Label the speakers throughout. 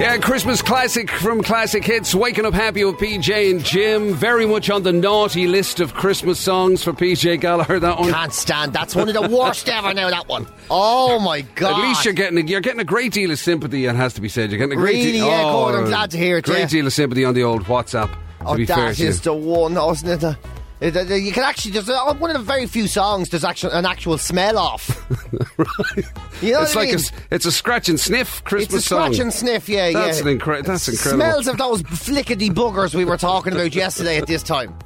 Speaker 1: Yeah, Christmas classic from Classic Hits. Waking up happy with PJ and Jim. Very much on the naughty list of Christmas songs for PJ Gallagher. That one.
Speaker 2: Can't stand. That's one of the worst ever. Now that one. Oh my god.
Speaker 1: At least you're getting a, you're getting a great deal of sympathy. It has to be said. You're getting a great
Speaker 2: Really,
Speaker 1: deal. oh,
Speaker 2: yeah, Gordon, I'm glad to hear it,
Speaker 1: Great
Speaker 2: yeah.
Speaker 1: deal of sympathy on the old WhatsApp. To
Speaker 2: Oh,
Speaker 1: be fair
Speaker 2: that
Speaker 1: to you.
Speaker 2: is the one, isn't it? It- it- You can actually there's uh, one of the very few songs there's actually an actual smell off. You know
Speaker 1: it's
Speaker 2: what I
Speaker 1: like a
Speaker 2: mean?
Speaker 1: s it's a scratch and sniff
Speaker 2: it's
Speaker 1: Christmas
Speaker 2: a scratch
Speaker 1: song.
Speaker 2: and sniff, yeah,
Speaker 1: That's
Speaker 2: yeah.
Speaker 1: an incre- that's incredible.
Speaker 2: Smells of those flickety buggers we were talking about yesterday at this time.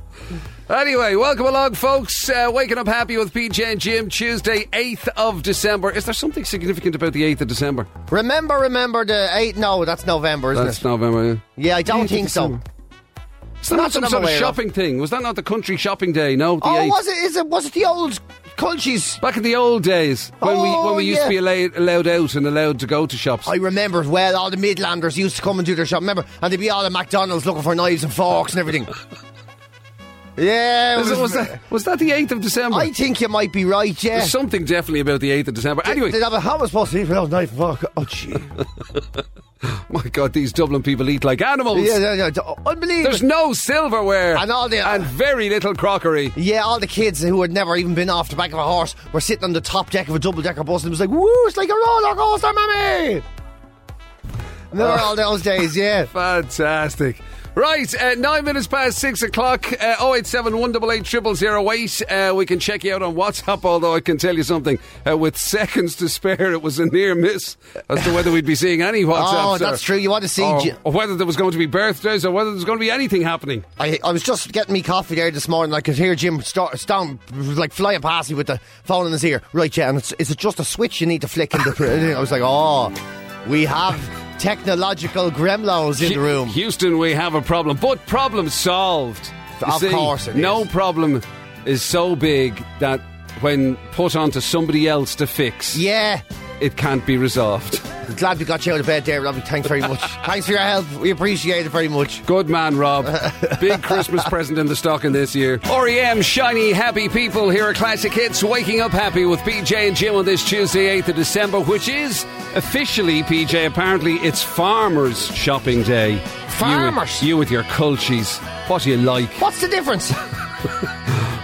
Speaker 1: Anyway, welcome along, folks. Uh, waking up happy with PJ and Jim, Tuesday, 8th of December. Is there something significant about the 8th of December?
Speaker 2: Remember, remember the eight? No, that's November, isn't
Speaker 1: That's
Speaker 2: it?
Speaker 1: November. yeah.
Speaker 2: yeah, I don't think so.
Speaker 1: Is that
Speaker 2: Not
Speaker 1: not some
Speaker 2: that I'm
Speaker 1: sort of
Speaker 2: aware of.
Speaker 1: shopping thing? Was that not the country shopping day? No, the
Speaker 2: Oh,
Speaker 1: 8th.
Speaker 2: was it? Is it? Was it the old cultures?
Speaker 1: Back in the old days, when we
Speaker 2: Oh,
Speaker 1: when we used to
Speaker 2: yeah.
Speaker 1: be allowed, allowed out and allowed to go to shops.
Speaker 2: I remember it well. All the Midlanders used to come and do their shop. Remember, and they'd be all at McDonald's looking for knives and forks and everything. yeah, it
Speaker 1: was,
Speaker 2: was,
Speaker 1: was that, was that the 8th of December?
Speaker 2: I think you might be right. Yeah,
Speaker 1: There's something definitely about the 8th of December. Anyway,
Speaker 2: they'd have a how was supposed to eat without a knife and fork. Oh, gee.
Speaker 1: my God, these Dublin people eat like animals.
Speaker 2: yeah, yeah, yeah, unbelievable.
Speaker 1: There's no silverware
Speaker 2: And all the-
Speaker 1: and very little crockery.
Speaker 2: Yeah, all the kids who had never even been off the back of a horse were sitting on the top deck of a double decker bus and it was like, woo, it's like a roller coaster, mummy! Remember all those days, yeah.
Speaker 1: Fantastic. Right, uh, nine minutes past six o'clock. Uh, 087 188 uh, We can check you out on WhatsApp, although I can tell you something. Uh, with seconds to spare, it was a near miss as to whether we'd be seeing any WhatsApp.
Speaker 2: Oh, that's true. You want to see.
Speaker 1: Or,
Speaker 2: J-
Speaker 1: or whether there was going to be birthdays or whether there was going to be anything happening.
Speaker 2: I, I was just getting me coffee there this morning. I could hear Jim start, down, like flying past me with the phone in his ear. Right, yeah, and it's, is it just a switch you need to flick? In the, I was like, oh, we have technological gremlins in the room.
Speaker 1: Houston, we have a problem, but problem solved. You
Speaker 2: Of course it
Speaker 1: no
Speaker 2: is.
Speaker 1: problem is so big that when put onto somebody else to fix,
Speaker 2: Yeah.
Speaker 1: it can't be resolved.
Speaker 2: Glad we got you out of bed there, Robbie. Thanks very much. Thanks for your help. We appreciate it very much.
Speaker 1: Good man, Rob. Big Christmas present in the stocking this year. REM, shiny, happy people. Here are classic hits. Waking up happy with PJ and Jim on this Tuesday, 8th of December, which is officially, PJ, apparently it's Farmers Shopping Day. You with-
Speaker 2: Farmers?
Speaker 1: You, with your cultures. What do you like?
Speaker 2: What's the difference?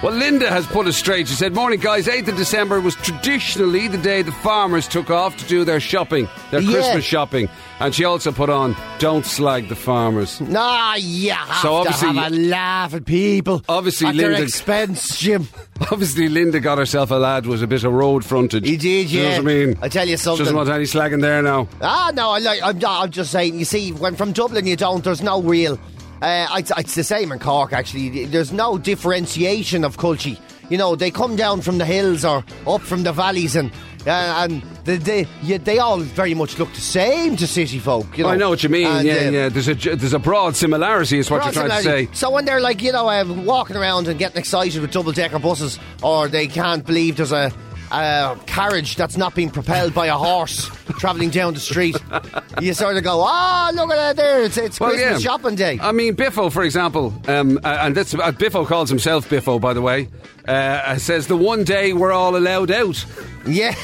Speaker 1: Well, Linda has put us straight. She said, Morning, guys. 8th of December was traditionally the day the farmers took off to do their shopping, their
Speaker 2: Yeah.
Speaker 1: Christmas shopping. And she also put on, Don't slag the farmers.
Speaker 2: Nah, you have
Speaker 1: So obviously-
Speaker 2: to have a laugh at people.
Speaker 1: Obviously
Speaker 2: at
Speaker 1: Linda-
Speaker 2: their expense, Jim.
Speaker 1: Obviously, Linda got herself a lad with a bit of road frontage.
Speaker 2: He did,
Speaker 1: You know
Speaker 2: yeah.
Speaker 1: what I mean?
Speaker 2: I tell you something.
Speaker 1: Doesn't want any slagging there now.
Speaker 2: Ah, no, I like, I'm, I'm just saying. You see, when from Dublin, you don't. There's no real. Uh, it's, it's the same in Cork, actually. There's no differentiation of culture. You know, they come down from the hills or up from the valleys, and uh, and they they, yeah, they all very much look the same to city folk. You know,
Speaker 1: I know what you mean.
Speaker 2: And,
Speaker 1: yeah,
Speaker 2: uh,
Speaker 1: yeah. There's a j- there's a broad similarity, is what you're trying to say.
Speaker 2: Approximately. So when they're like, you know, uh, walking around and getting excited with double decker buses, or they can't believe there's a, a carriage that's not being propelled by a horse travelling down the street, you sort of go, ah, look at that there, it's, it's
Speaker 1: Well,
Speaker 2: Christmas
Speaker 1: yeah. Uh.
Speaker 2: shopping day.
Speaker 1: I mean, Biffo, for example, um, uh, and that's uh, Biffo calls himself Biffo, by the way. Uh, uh, says the one day we're all allowed out.
Speaker 2: yeah.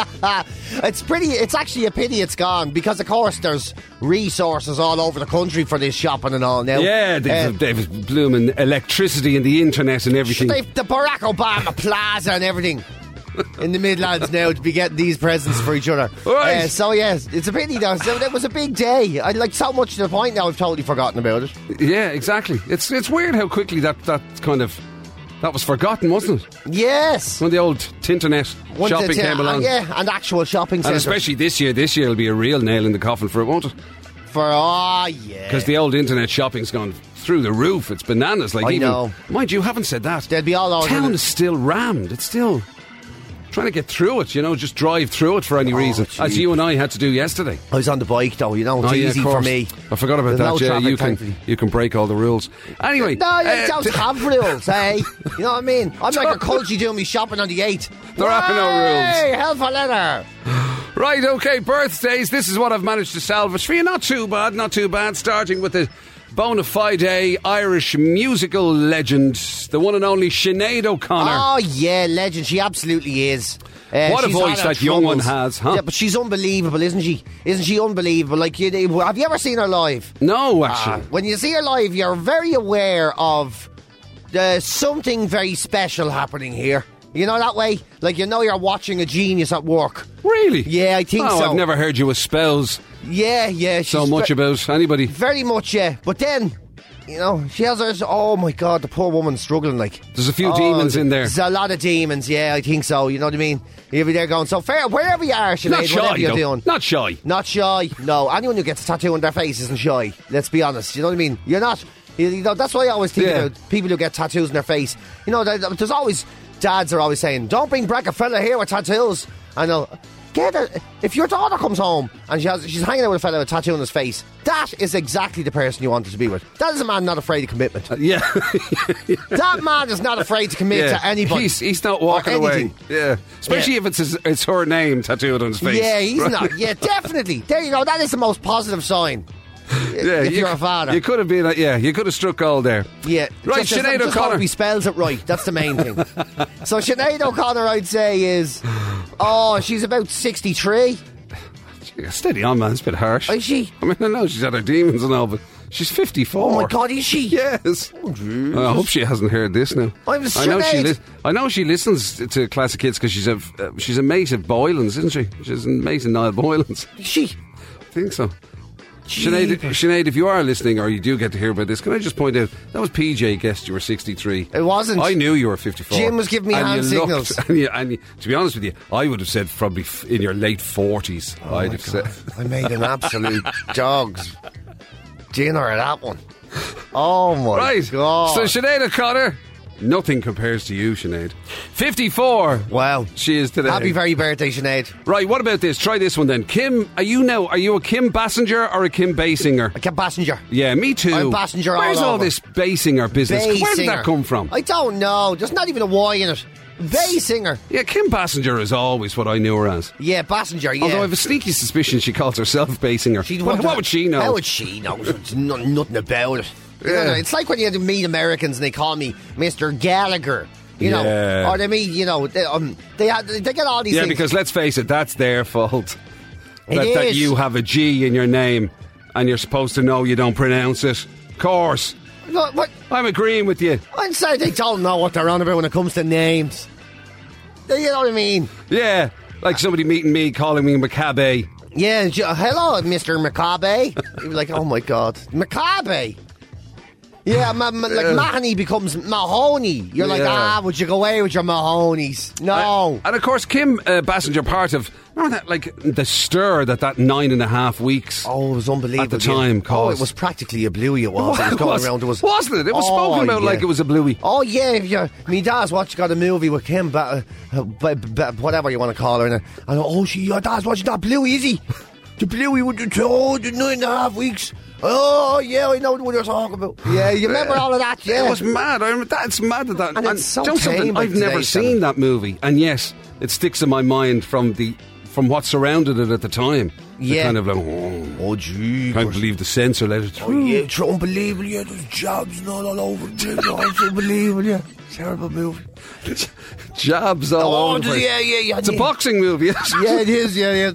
Speaker 2: it's pretty, it's actually a pity it's gone because, of course, there's resources all over the country for this shopping and all now.
Speaker 1: Yeah,
Speaker 2: Uh,
Speaker 1: they've, they've blooming electricity and the internet and everything.
Speaker 2: They've the Barack Obama Plaza and everything in the Midlands now to be getting these presents for each other.
Speaker 1: Right.
Speaker 2: Uh, so yes, it's a pity though. So it was a big day. I like so much to the point now I've totally forgotten about it.
Speaker 1: Yeah, exactly. It's it's weird how quickly that that kind of that was forgotten, wasn't it?
Speaker 2: Yes.
Speaker 1: When the old Tinternet
Speaker 2: Once
Speaker 1: shopping
Speaker 2: it's-
Speaker 1: came
Speaker 2: uh,
Speaker 1: along.
Speaker 2: yeah, and actual shopping
Speaker 1: And
Speaker 2: centres.
Speaker 1: especially this year, this year will be a real nail in the coffin for it, won't it?
Speaker 2: for oh yeah.
Speaker 1: Because the old internet shopping's gone through the roof. It's bananas. Like
Speaker 2: I
Speaker 1: even,
Speaker 2: know.
Speaker 1: Mind you, haven't said that.
Speaker 2: They'd be all over
Speaker 1: Town
Speaker 2: the-
Speaker 1: is still rammed. It's still trying to get through it. You know, just drive through it for any reason,
Speaker 2: Oh, gee.
Speaker 1: as you and I had to do yesterday.
Speaker 2: I was on the bike though, you know, it's
Speaker 1: Oh, yeah,
Speaker 2: easy
Speaker 1: of
Speaker 2: for
Speaker 1: course.
Speaker 2: me.
Speaker 1: I forgot about
Speaker 2: There's
Speaker 1: that.
Speaker 2: no
Speaker 1: yeah,
Speaker 2: traffic,
Speaker 1: you
Speaker 2: thankfully.
Speaker 1: can you can break all the rules. Anyway,
Speaker 2: No, you
Speaker 1: uh,
Speaker 2: don't
Speaker 1: t-
Speaker 2: have rules, hey? You know what I mean? I'm like a culture doing me shopping on the 8th.
Speaker 1: There are no rules.
Speaker 2: Hey, hell for leather.
Speaker 1: Right, okay, birthdays. This is what I've managed to salvage for you. Not too bad, not too bad. Starting with the bona fide Irish musical legend, the one and only Sinead O'Connor.
Speaker 2: Oh yeah, legend. She absolutely is. Uh,
Speaker 1: What a
Speaker 2: she's
Speaker 1: voice
Speaker 2: had her
Speaker 1: that young one
Speaker 2: troubles.
Speaker 1: has, huh?
Speaker 2: Yeah, but she's unbelievable, isn't she? Isn't she unbelievable? Like, you, have you ever seen her live?
Speaker 1: No,
Speaker 2: Ah,
Speaker 1: actually.
Speaker 2: when you see her live, you're very aware of uh, something very special happening here. You know that way, like you know you're watching a genius at work.
Speaker 1: really?
Speaker 2: Ah. Yeah, I think
Speaker 1: oh,
Speaker 2: so.
Speaker 1: I've never heard you with spells
Speaker 2: Yeah, yeah. She's
Speaker 1: so much
Speaker 2: ve-
Speaker 1: about anybody.
Speaker 2: very much, yeah. But then, you know, she has her. Oh my god, the poor woman's struggling. Like
Speaker 1: There's a few
Speaker 2: Oh,
Speaker 1: demons in there.
Speaker 2: There's a lot of demons. Yeah, I think so. You know what I mean? You'll be there going so fair wherever you are, Sinead,
Speaker 1: Not shy,
Speaker 2: whatever you're
Speaker 1: though.
Speaker 2: doing.
Speaker 1: Not shy.
Speaker 2: Not shy. No, anyone who gets a tattoo on their face isn't shy. Let's be honest. You know what I mean? You're not. You, you know, that's why I always think
Speaker 1: Yeah.
Speaker 2: about people who get tattoos on their face. You know, there- there's always dads are always saying, "Don't bring back a fella here with tattoos." I know. Get a, if your daughter comes home and she has, she's hanging out with a fella with a tattoo on his face, that is exactly the person you wanted to be with. That is a man not afraid of commitment.
Speaker 1: Yeah.
Speaker 2: that man is not afraid to commit
Speaker 1: yeah.
Speaker 2: to anybody.
Speaker 1: He's, he's not walking
Speaker 2: Or
Speaker 1: away.
Speaker 2: anything.
Speaker 1: Yeah. Especially if it's his, it's her name tattooed on his face.
Speaker 2: yeah, he's
Speaker 1: Right?
Speaker 2: not. Yeah, definitely. There you go. That is the most positive sign.
Speaker 1: Yeah,
Speaker 2: if
Speaker 1: you
Speaker 2: you're
Speaker 1: c-
Speaker 2: a father.
Speaker 1: You could have been, a- yeah, you could have struck gold there.
Speaker 2: Yeah,
Speaker 1: Right,
Speaker 2: just,
Speaker 1: Sinead
Speaker 2: just, just
Speaker 1: O'Connor.
Speaker 2: hope he spells it right. That's the main thing. so Sinead O'Connor, I'd say, is oh, she's about sixty-three.
Speaker 1: Gee, Steady on, man. It's a bit harsh.
Speaker 2: Is she?
Speaker 1: I mean, I know she's had her demons and all, but she's 54.
Speaker 2: Oh my God, is she?
Speaker 1: Yes. I hope she hasn't heard this now.
Speaker 2: I'm
Speaker 1: I know she.
Speaker 2: Sinead.
Speaker 1: I know she listens to classic kids because she's a uh, she's a mate of Boylan's, isn't she? She's a mate of Niall Boylan's.
Speaker 2: Is she?
Speaker 1: I think so. Sinead, uh, Sinead, if you are listening or you do get to hear about this, can I just point out that was PJ guessed you were 63.
Speaker 2: It wasn't.
Speaker 1: I knew you were 54.
Speaker 2: Jim was giving me
Speaker 1: And
Speaker 2: hand
Speaker 1: you looked-
Speaker 2: signals.
Speaker 1: and you- and you- to be honest with you, I would have said probably f- in your late 40s. I'd have said.
Speaker 2: I made an absolute dogs dinner at that one. Oh my
Speaker 1: Right.
Speaker 2: God!
Speaker 1: So Sinead O'Connor, nothing compares to you, Sinead. 54.
Speaker 2: wow,
Speaker 1: She is today.
Speaker 2: happy very birthday, Sinead.
Speaker 1: right, what about this? Try this one then. Kim, are you now, are you a Kim Bassinger or a Kim Basinger?
Speaker 2: A cab passenger.
Speaker 1: Yeah, me too.
Speaker 2: I'm Bassinger all
Speaker 1: Where's all
Speaker 2: over.
Speaker 1: this Basinger business?
Speaker 2: Bay
Speaker 1: Where did
Speaker 2: singer.
Speaker 1: that come from?
Speaker 2: I don't know. There's not even a Y in it. Bay singer.
Speaker 1: yeah, Kim Bassinger is always what I knew her as.
Speaker 2: Yeah, passenger. Yeah.
Speaker 1: Although I have a sneaky suspicion she calls herself Basinger.
Speaker 2: She'd
Speaker 1: what,
Speaker 2: wonder-
Speaker 1: what would she know?
Speaker 2: How would she know? It's no- nothing about it. You know,
Speaker 1: Yeah.
Speaker 2: it's like when you meet Americans and they call me Mr. Gallagher. You know,
Speaker 1: Yeah.
Speaker 2: or they meet, you know, they, um, they, ha- they get all these
Speaker 1: yeah,
Speaker 2: things.
Speaker 1: because let's face it, that's their fault.
Speaker 2: It
Speaker 1: that, that
Speaker 2: is.
Speaker 1: you have a G in your name and you're supposed to know you don't pronounce it. course.
Speaker 2: Look, what,
Speaker 1: I'm agreeing with you.
Speaker 2: I'd say they don't know what they're on about when it comes to names. You know what I mean?
Speaker 1: Yeah, like somebody meeting me, calling me Macabe.
Speaker 2: Yeah, j- hello, Mr. Macabe. You'd be like, oh my god, Macabe. Yeah, ma- ma- like Mahoney becomes Mahoney. You're like,
Speaker 1: Yeah.
Speaker 2: ah, would you go away with your Mahonies? No.
Speaker 1: Uh, And of course, Kim uh, Bassinger, part of remember that, like the stir that that nine and a half weeks.
Speaker 2: Oh, it was unbelievable.
Speaker 1: At the time,
Speaker 2: Oh,
Speaker 1: caused.
Speaker 2: it was practically a bluey, it was. It was going around. It was,
Speaker 1: not it? It was spoken
Speaker 2: Oh,
Speaker 1: about
Speaker 2: yeah.
Speaker 1: like it was a bluey.
Speaker 2: Oh, yeah. If you me dad's watching, got a movie with Kim, but, uh, but, but whatever you want to call her. And, I- and oh, she, your dad's watching that bluey, is he? The bluey with the, oh, the nine and a half weeks. Oh, yeah, I know what you're talking about. Yeah, you remember all of that, yeah.
Speaker 1: It was mad. I remember that. It's mad that that.
Speaker 2: And it's so
Speaker 1: do you know something?
Speaker 2: tame
Speaker 1: I've
Speaker 2: by
Speaker 1: never
Speaker 2: today's
Speaker 1: seen
Speaker 2: standards.
Speaker 1: that movie, and yes, it sticks in my mind from the from what surrounded it at the time. The
Speaker 2: Yeah.
Speaker 1: kind of like, oh,
Speaker 2: oh, gee.
Speaker 1: can't believe the censor let it
Speaker 2: Oh,
Speaker 1: through.
Speaker 2: yeah, it's unbelievable. Yeah, there's jobs and all, all over. oh, It's unbelievable, yeah. Terrible movie.
Speaker 1: Jabs all
Speaker 2: Oh,
Speaker 1: over. the
Speaker 2: does-
Speaker 1: place.
Speaker 2: yeah, yeah, yeah,
Speaker 1: It's a
Speaker 2: yeah.
Speaker 1: boxing movie. yes.
Speaker 2: Yeah, it is, yeah, yeah.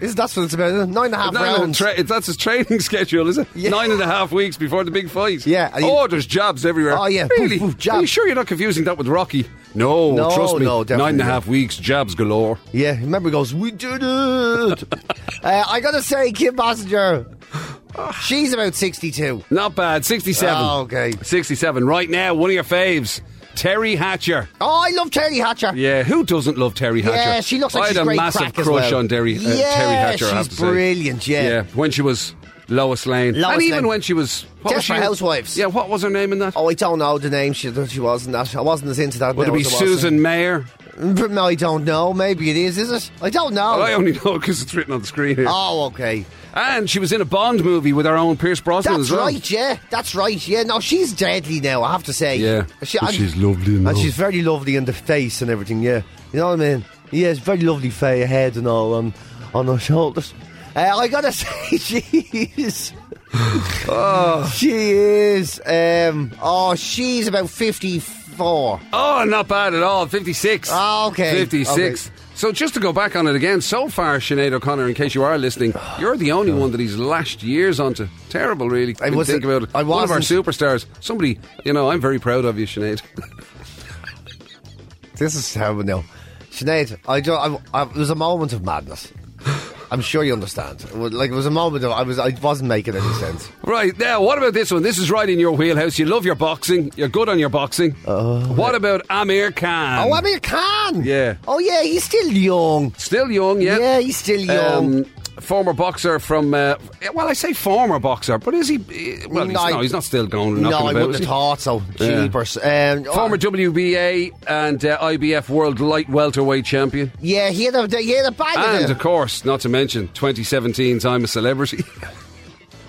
Speaker 2: It's, that's what it's about. isn't it? Nine and a half
Speaker 1: Nine and a
Speaker 2: rounds.
Speaker 1: tra- it's- that's his training schedule, is it?
Speaker 2: Yeah.
Speaker 1: Nine and a half weeks before the big fight.
Speaker 2: Yeah, and he-
Speaker 1: oh, there's jobs everywhere.
Speaker 2: Oh, yeah,
Speaker 1: Really?
Speaker 2: poof, poof,
Speaker 1: Are you
Speaker 2: jab.
Speaker 1: sure you're not confusing that with Rocky? No,
Speaker 2: No,
Speaker 1: trust me.
Speaker 2: no, definitely
Speaker 1: Nine and a
Speaker 2: not.
Speaker 1: half weeks, jabs galore.
Speaker 2: Yeah, remember he goes, "We did it." uh, I gotta say, Kim Basinger, she's about sixty-two.
Speaker 1: Not bad. 67.
Speaker 2: Oh, okay.
Speaker 1: 67. Right now, one of your faves, Terry Hatcher.
Speaker 2: Oh, I love Terry Hatcher.
Speaker 1: Yeah, who doesn't love Terry Hatcher?
Speaker 2: Yeah, she looks like
Speaker 1: I had
Speaker 2: she's
Speaker 1: a
Speaker 2: great
Speaker 1: massive
Speaker 2: crack as
Speaker 1: crush
Speaker 2: well.
Speaker 1: on Terry, uh,
Speaker 2: Yeah,
Speaker 1: Terry Hatcher. I have
Speaker 2: she's
Speaker 1: to say.
Speaker 2: brilliant, yeah.
Speaker 1: yeah, when she was Lois Lane,
Speaker 2: Lois
Speaker 1: and even
Speaker 2: Lane.
Speaker 1: when she was what was she
Speaker 2: Desperate
Speaker 1: in?
Speaker 2: Housewives.
Speaker 1: Yeah, what was her name in that?
Speaker 2: Oh, I don't know the name. She, she wasn't that. I wasn't as into that.
Speaker 1: Would it
Speaker 2: now
Speaker 1: be
Speaker 2: as I was.
Speaker 1: Susan Mayer?
Speaker 2: Mm, I don't know. Maybe it is. Is it? I don't know.
Speaker 1: Well, I only know because it's written on the screen here.
Speaker 2: oh, okay.
Speaker 1: And she was in a Bond movie with our own Pierce Brosnan
Speaker 2: That's
Speaker 1: as well.
Speaker 2: right, yeah. That's right, yeah. No, she's deadly now, I have to say.
Speaker 1: Yeah. But
Speaker 2: and-
Speaker 1: she's lovely and
Speaker 2: And
Speaker 1: all.
Speaker 2: she's very lovely in the face and everything, yeah. You know what I mean? Yeah, it's very lovely fair head and all on, on her shoulders. Uh, I gotta say, she's.
Speaker 1: Oh.
Speaker 2: She is. Um, oh, she's about 54.
Speaker 1: Oh, not bad at all. 56.
Speaker 2: Ah, okay.
Speaker 1: 56.
Speaker 2: Okay.
Speaker 1: So just to go back on it again, so far, Sinead O'Connor, in case you are listening, you're the only one that he's lashed years onto. Terrible, really.
Speaker 2: I
Speaker 1: when you
Speaker 2: wasn't-
Speaker 1: think about it.
Speaker 2: I
Speaker 1: One of our
Speaker 2: wasn't.
Speaker 1: superstars. Somebody, you know, I'm very proud of you, Sinead.
Speaker 2: This is terrible now. Sinead, I don't, I, I, it was a moment of madness. I'm sure you understand. It was- Like it was a moment of I was I wasn't making any sense.
Speaker 1: right, now, what about this one? This is right in your wheelhouse. You love your boxing. You're good on your boxing. what about Amir Khan?
Speaker 2: oh, I mean, can.
Speaker 1: Yeah.
Speaker 2: Oh, yeah. He's still young.
Speaker 1: Still young, yeah.
Speaker 2: Yeah, he's still young.
Speaker 1: Um, former boxer from uh, well, I say former boxer, but is he? eh, Well, he's,
Speaker 2: No, I-
Speaker 1: no, he's not still going.
Speaker 2: no,
Speaker 1: knocking
Speaker 2: I
Speaker 1: about,
Speaker 2: wouldn't
Speaker 1: is he?
Speaker 2: have thought so.
Speaker 1: Yeah.
Speaker 2: Jeepers. Um,
Speaker 1: Former WBA and uh, IBF World Light Welterweight Champion.
Speaker 2: Yeah, he had a he had a bag of
Speaker 1: And
Speaker 2: it.
Speaker 1: of course, not to mention 2017's I'm a Celebrity.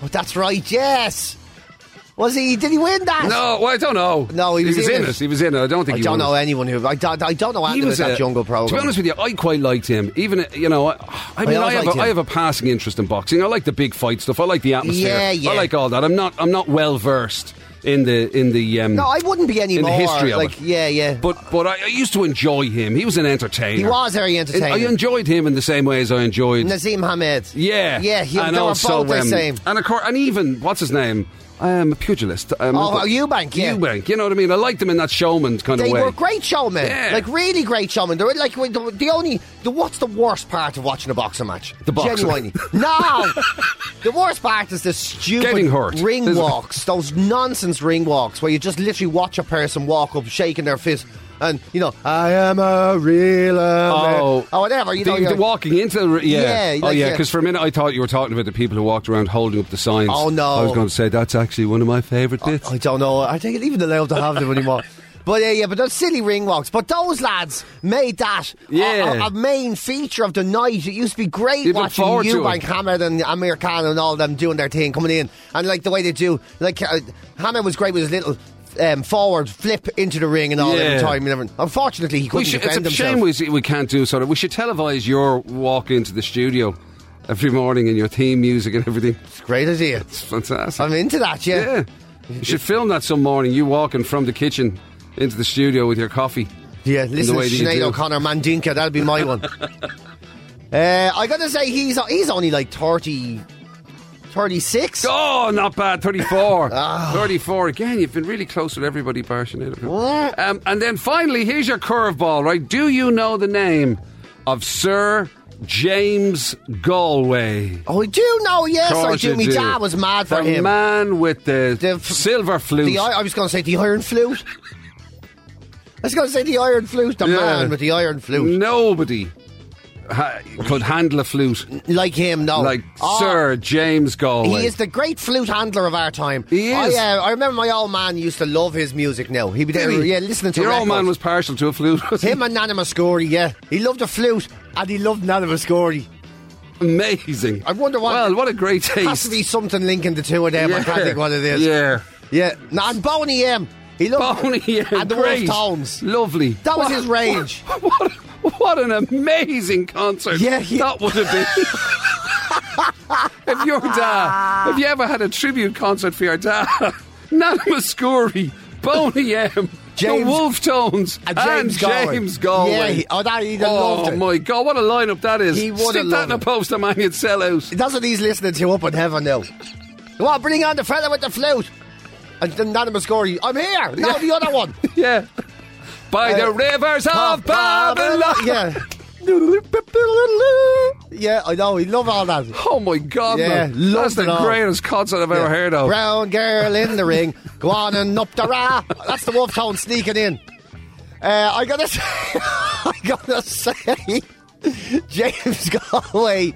Speaker 2: Oh, that's right. Yes. Was he? Did he win that?
Speaker 1: no, well, I don't know.
Speaker 2: No, he was in
Speaker 1: in
Speaker 2: it.
Speaker 1: He was in it. I don't think
Speaker 2: I
Speaker 1: he
Speaker 2: don't
Speaker 1: won it.
Speaker 2: know anyone who. I don't, I don't know anyone was that
Speaker 1: a-
Speaker 2: jungle
Speaker 1: To be
Speaker 2: program.
Speaker 1: honest with you, I quite liked him. Even uh, you know, I, I mean, I,
Speaker 2: always
Speaker 1: have
Speaker 2: liked
Speaker 1: a, I
Speaker 2: him.
Speaker 1: have a passing interest in boxing. I like the big fight stuff. I like the atmosphere.
Speaker 2: Yeah, yeah.
Speaker 1: I like all that. I'm not I'm not well versed in the in the um,
Speaker 2: no, I wouldn't be
Speaker 1: in
Speaker 2: anymore.
Speaker 1: the history of it.
Speaker 2: like, yeah, yeah.
Speaker 1: But but I, I used to enjoy him. He was an entertainer.
Speaker 2: He was very entertaining.
Speaker 1: I enjoyed him in the same way as I enjoyed
Speaker 2: Nazim Hamed.
Speaker 1: yeah,
Speaker 2: yeah. He,
Speaker 1: and
Speaker 2: they were
Speaker 1: also,
Speaker 2: both the
Speaker 1: um,
Speaker 2: same.
Speaker 1: And of course, and even what's his name? I am a pugilist. Um,
Speaker 2: Oh, Eubank, yeah.
Speaker 1: Eubank. You know what I mean? I liked him in that showman kind
Speaker 2: They
Speaker 1: of way.
Speaker 2: were great showmen,
Speaker 1: Yeah.
Speaker 2: like really great showmen. They were like the, the only. The, what's the worst part of watching a boxing match?
Speaker 1: The boxing.
Speaker 2: Genuinely, no. the worst part is the stupid
Speaker 1: Getting hurt.
Speaker 2: ring
Speaker 1: There's-
Speaker 2: walks, those nonsense ring walks where you just literally watch a person walk up, shaking their fist, and you know, I am a real
Speaker 1: Oh,
Speaker 2: American," or whatever. You know,
Speaker 1: the,
Speaker 2: you're
Speaker 1: the
Speaker 2: like,
Speaker 1: walking into the re- yeah,
Speaker 2: Yeah,
Speaker 1: oh
Speaker 2: like,
Speaker 1: yeah
Speaker 2: yeah.
Speaker 1: because for a minute I thought you were talking about the people who walked around holding up the signs
Speaker 2: Oh, no. Oh,
Speaker 1: I was going to say that's actually one of my favourite bits
Speaker 2: I don't know. I think it's even allowed to have them anymore. But yeah, yeah, but those silly ring walks. But those lads made that a-
Speaker 1: Yeah.
Speaker 2: a, a main feature of the night. It used to be great
Speaker 1: You'd look
Speaker 2: watching
Speaker 1: forward to
Speaker 2: Eubank
Speaker 1: it.
Speaker 2: Hamid and Amir Khan and all them doing their thing, coming in, and like the way they do. Like uh, Hamid was great with his little um, forward flip into the ring and all
Speaker 1: Yeah.
Speaker 2: every time. And everything. Unfortunately, he
Speaker 1: we
Speaker 2: couldn't
Speaker 1: should, it's
Speaker 2: defend
Speaker 1: a shame
Speaker 2: himself.
Speaker 1: we, we can't do sort of we should televise your walk into the studio every morning and your theme music and everything
Speaker 2: Great idea.
Speaker 1: it's fantastic
Speaker 2: I'm into that. Yeah.
Speaker 1: Yeah. You should film that some morning, you walking from the kitchen into the studio with your coffee.
Speaker 2: Yeah, listen,
Speaker 1: way that you
Speaker 2: Sinead
Speaker 1: do.
Speaker 2: O'Connor, Mandinka, that'll be my one. uh, I gotta say, he's he's only like 30, 36.
Speaker 1: Oh, not bad. 34.
Speaker 2: Ah.
Speaker 1: 34. Again, you've been really close with everybody, bar Sinead.
Speaker 2: What?
Speaker 1: Um, and then finally, here's your curveball, right? Do you know the name of Sir James Galway?
Speaker 2: Oh, I do know, yes, I
Speaker 1: Course
Speaker 2: do.
Speaker 1: you
Speaker 2: My dad was mad for
Speaker 1: the
Speaker 2: him.
Speaker 1: man with the,
Speaker 2: The f-
Speaker 1: silver flute.
Speaker 2: The I I was gonna say the iron flute. I was gonna say the iron flute, the
Speaker 1: Yeah.
Speaker 2: man with the iron flute.
Speaker 1: Nobody ha- could handle a flute
Speaker 2: Like him, no.
Speaker 1: Mm. like
Speaker 2: Oh,
Speaker 1: Sir James Galway.
Speaker 2: He is the great flute handler of our time.
Speaker 1: He is.
Speaker 2: I, uh, I remember my old man used to love his music now. He'd be there,
Speaker 1: Did he?
Speaker 2: yeah, listening to
Speaker 1: Your old man
Speaker 2: records.
Speaker 1: was partial to a flute. was he?
Speaker 2: Him and Nana Muscori, yeah. He loved the flute and he loved Nana Muscori.
Speaker 1: Amazing.
Speaker 2: I wonder what-
Speaker 1: Well, what a great taste.
Speaker 2: Has to be something linking the two of them. I can't think what it is.
Speaker 1: Yeah.
Speaker 2: Yeah. No, and Boney M. He loved
Speaker 1: Boney and,
Speaker 2: And the
Speaker 1: great.
Speaker 2: Wolf Tones.
Speaker 1: Lovely.
Speaker 2: That was
Speaker 1: What-
Speaker 2: his range.
Speaker 1: What, what, what an amazing concert.
Speaker 2: Yeah, he-
Speaker 1: That would have been. if your dad, if you ever had a tribute concert for your dad, Nana Muscuri, Boney M,
Speaker 2: James-
Speaker 1: the Wolf Tones,
Speaker 2: and James Galway.
Speaker 1: James Galway.
Speaker 2: Yeah, he- oh, that- he'd have
Speaker 1: Oh,
Speaker 2: loved it.
Speaker 1: my God, what a lineup that is.
Speaker 2: He would have
Speaker 1: Stick that in
Speaker 2: loved
Speaker 1: a
Speaker 2: it.
Speaker 1: poster, man, you'd sell out.
Speaker 2: That's what he's listening to up in heaven now. Well, bring on the fella with the flute. And then Nana Muscori, I'm here. Now the other one.
Speaker 1: Yeah. By
Speaker 2: Uh,
Speaker 1: the rivers of Ah, Babylon.
Speaker 2: Yeah. Yeah, I know. He loved all that.
Speaker 1: Oh my God!
Speaker 2: Yeah,
Speaker 1: man. that's
Speaker 2: loved
Speaker 1: the
Speaker 2: it all.
Speaker 1: greatest concert I've ever heard of.
Speaker 2: Brown girl in the ring. Go on and up the ra. That's the wolf tone sneaking in. Uh, I gotta say, I gotta say, James Galway,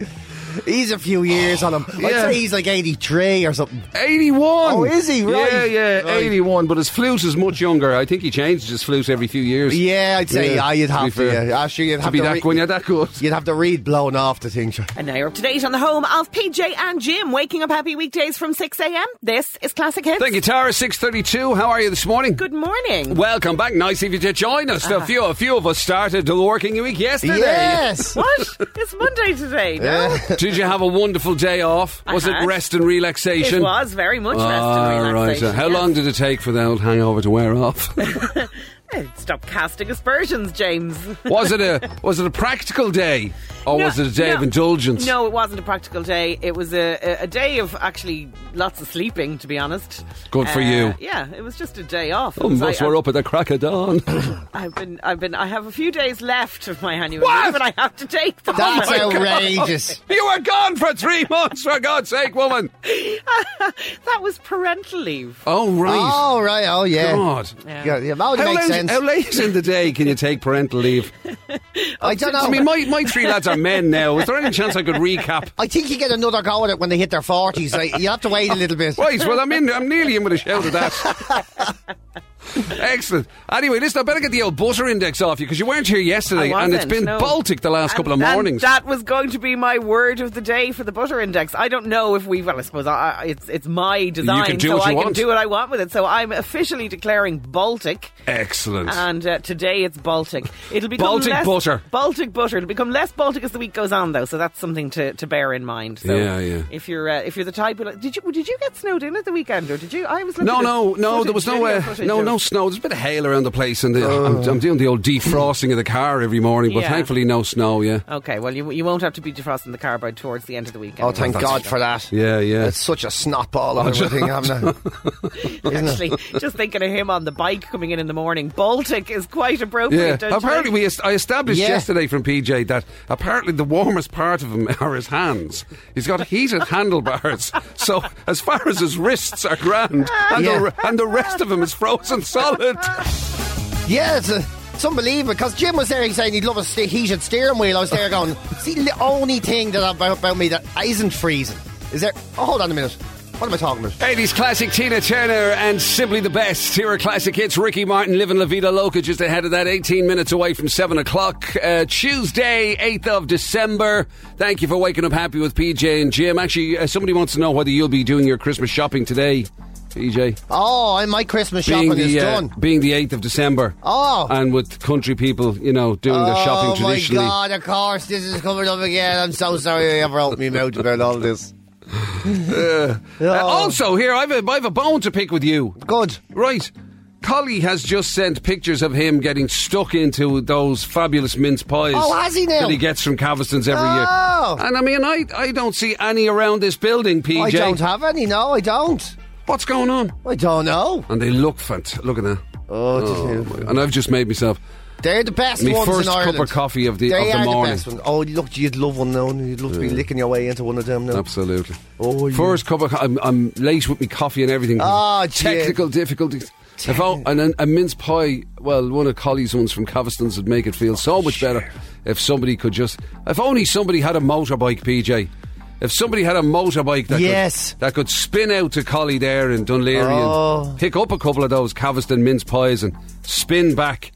Speaker 2: he's a few years on him. I'd
Speaker 1: Yeah.
Speaker 2: say he's like 83 or something.
Speaker 1: Eighty-one.
Speaker 2: Oh, is he? Right.
Speaker 1: Yeah, yeah,
Speaker 2: Right.
Speaker 1: eighty-one. But his flute is much younger. I think he changes his flute every few years.
Speaker 2: Yeah, I'd say,
Speaker 1: Yeah,
Speaker 2: yeah, you'd
Speaker 1: to be
Speaker 2: have to.
Speaker 1: fair.
Speaker 2: Yeah. Ah, sure, you'd
Speaker 1: to
Speaker 2: have
Speaker 1: be
Speaker 2: to.
Speaker 1: that
Speaker 2: re-
Speaker 1: good, yeah, that good.
Speaker 2: You'd have the reed blown off the thing. sure.
Speaker 3: And now you're up to date on the home of PJ and Jim, waking up happy weekdays from 6 a.m. This is Classic Hits.
Speaker 1: Thank you, Tara. Six thirty-two. How are you this morning?
Speaker 3: Good morning.
Speaker 1: Welcome back. Nice of you to join us. A few, a few of us started the working week yesterday.
Speaker 2: Yes.
Speaker 3: What? It's Monday today. No?
Speaker 1: Do
Speaker 2: Yeah.
Speaker 1: Did you have a wonderful day off?
Speaker 3: I
Speaker 1: was it
Speaker 3: had.
Speaker 1: rest and relaxation?
Speaker 3: It was very much rest
Speaker 1: Ah,
Speaker 3: and relaxation.
Speaker 1: Right. How
Speaker 3: yes.
Speaker 1: long did it take for the old hangover to wear off?
Speaker 3: Eh, Stop casting aspersions, James.
Speaker 1: was it a was it a practical day, or was it a day of
Speaker 3: no.
Speaker 1: indulgence?
Speaker 3: No, it wasn't a practical day. It was a, a, a day of actually lots of sleeping, to be honest. Uh,
Speaker 1: Good for you.
Speaker 3: Yeah, it was just a day off.
Speaker 1: Oh,
Speaker 3: It was
Speaker 1: must
Speaker 3: like,
Speaker 1: we're up at the crack of dawn.
Speaker 3: I've been, I've been, I have a few days left of my annual
Speaker 1: What?
Speaker 3: leave, and I have to take them.
Speaker 2: That's
Speaker 1: my God.
Speaker 2: outrageous.
Speaker 1: you were gone for three months, for God's sake, woman.
Speaker 3: that was parental leave.
Speaker 1: Oh right,
Speaker 2: Oh, right. Oh, yeah.
Speaker 1: God.
Speaker 2: Yeah, yeah, that would
Speaker 1: How
Speaker 2: make
Speaker 1: late,
Speaker 2: sense.
Speaker 1: how late in the day can you take parental leave?
Speaker 2: I don't know.
Speaker 1: I mean, my, my three lads are men now. Is there any chance I could recap?
Speaker 2: I think you get another go at it when they hit their 40s. Like, you have to wait a little bit.
Speaker 1: Right, well, I'm in. I'm nearly in with a shout of that. Excellent. Anyway, listen, I better get the old butter index off you because you weren't here yesterday,
Speaker 3: I
Speaker 1: and it's
Speaker 3: wasn't,
Speaker 1: been
Speaker 3: no.
Speaker 1: Baltic the last
Speaker 3: And-
Speaker 1: couple of
Speaker 3: and
Speaker 1: mornings.
Speaker 3: that was going to be my word of the day for the butter index. I don't know if we. Well, I suppose I, I- it's it's my design,
Speaker 1: can do
Speaker 3: so
Speaker 1: what you
Speaker 3: I can
Speaker 1: want.
Speaker 3: do what I want with it. So I'm officially declaring Baltic.
Speaker 1: Excellent.
Speaker 3: And uh, today it's Baltic. It'll become
Speaker 1: Baltic
Speaker 3: less,
Speaker 1: butter.
Speaker 3: Baltic butter. It'll become less Baltic as the week goes on, though. So that's something to, to bear in mind. So
Speaker 1: Yeah, yeah.
Speaker 3: If you're uh, if you're the type, of, did you did you get snowed in at the weekend or did you? I was looking
Speaker 1: no,
Speaker 3: at
Speaker 1: no, no. There
Speaker 3: footage,
Speaker 1: was no,
Speaker 3: video
Speaker 1: uh,
Speaker 3: footage
Speaker 1: no,
Speaker 3: of- Oh.
Speaker 1: no snow. There's a bit of hail around the place, and the, I'm, I'm doing the old defrosting of the car every morning. But
Speaker 3: Yeah.
Speaker 1: thankfully, no snow. Yeah,
Speaker 3: Okay, well you you won't have to be defrosting the car by towards the end of the weekend.
Speaker 2: Oh, thank God for that.
Speaker 1: yeah, yeah.
Speaker 2: It's such a snot ball of everything, haven't it?
Speaker 3: Actually, just thinking of him on the bike coming in in the morning, Baltic is quite appropriate.
Speaker 1: yeah,
Speaker 3: don't you
Speaker 1: apparently
Speaker 3: think?
Speaker 1: we est- I established
Speaker 2: Yeah.
Speaker 1: yesterday from PJ that apparently the warmest part of him are his hands. He's got heated handlebars, so as far as his wrists are grand, and,
Speaker 2: Yeah.
Speaker 1: the, re- and the rest of him is frozen solid.
Speaker 2: Yeah, it's, uh, it's unbelievable because Jim was there. He's saying he'd love a st- heated steering wheel. I was there going, see, the only thing that about, about me that isn't freezing is there. Oh, hold on a minute. What am I talking about?
Speaker 1: 80s classic Tina Turner and simply the best. Here are classic hits Ricky Martin, Livin' La Vida Loca, just ahead of that, 18 minutes away from 7 o'clock. Uh, Tuesday, 8th of December. Thank you for waking up happy with PJ and Jim. Actually, uh, somebody wants to know whether you'll be doing your Christmas shopping today, PJ.
Speaker 2: Oh, and my Christmas shopping is
Speaker 1: the, uh,
Speaker 2: done.
Speaker 1: being the 8th of December.
Speaker 2: Oh.
Speaker 1: And with country people, you know, doing their shopping
Speaker 2: oh my
Speaker 1: traditionally.
Speaker 2: God! Of course, this is coming up again. I'm so sorry I ever opened my mouth about all this.
Speaker 1: Uh,
Speaker 2: Oh.
Speaker 1: also, here, I've a, I've a bone to pick with you.
Speaker 2: Good.
Speaker 1: Right. Collie has just sent pictures of him getting stuck into those fabulous mince pies.
Speaker 2: Oh, has he now?
Speaker 1: That he gets from Caverston's every
Speaker 2: Oh.
Speaker 1: year. And I mean, I, I don't see any around this building, PJ.
Speaker 2: I don't have any. No, I don't.
Speaker 1: What's going on?
Speaker 2: I don't know.
Speaker 1: And they look fantastic. Look at that.
Speaker 2: Oh, just-
Speaker 1: my- And I've just made myself
Speaker 2: They're the best
Speaker 1: my
Speaker 2: ones
Speaker 1: first
Speaker 2: in Ireland.
Speaker 1: cup of coffee of the,
Speaker 2: they
Speaker 1: of the
Speaker 2: are
Speaker 1: morning.
Speaker 2: the best ones. Oh, look, you'd love one now. You'd love to be licking your way into one of them now.
Speaker 1: Absolutely.
Speaker 2: Oh, yeah.
Speaker 1: First cup of co- I'm, I'm late with my coffee and everything.
Speaker 2: Ah, gee.
Speaker 1: Technical difficulties. If I, and then a mince pie, well, one of Collie's ones from Caveston's would make it feel
Speaker 2: Oh,
Speaker 1: so much better if somebody could just. If only somebody had a motorbike, PJ. If somebody had a motorbike that,
Speaker 2: Yes.
Speaker 1: could, that could spin out to Collie there in Dunleary
Speaker 2: Oh.
Speaker 1: and pick up a couple of those Caveston mince pies and spin back,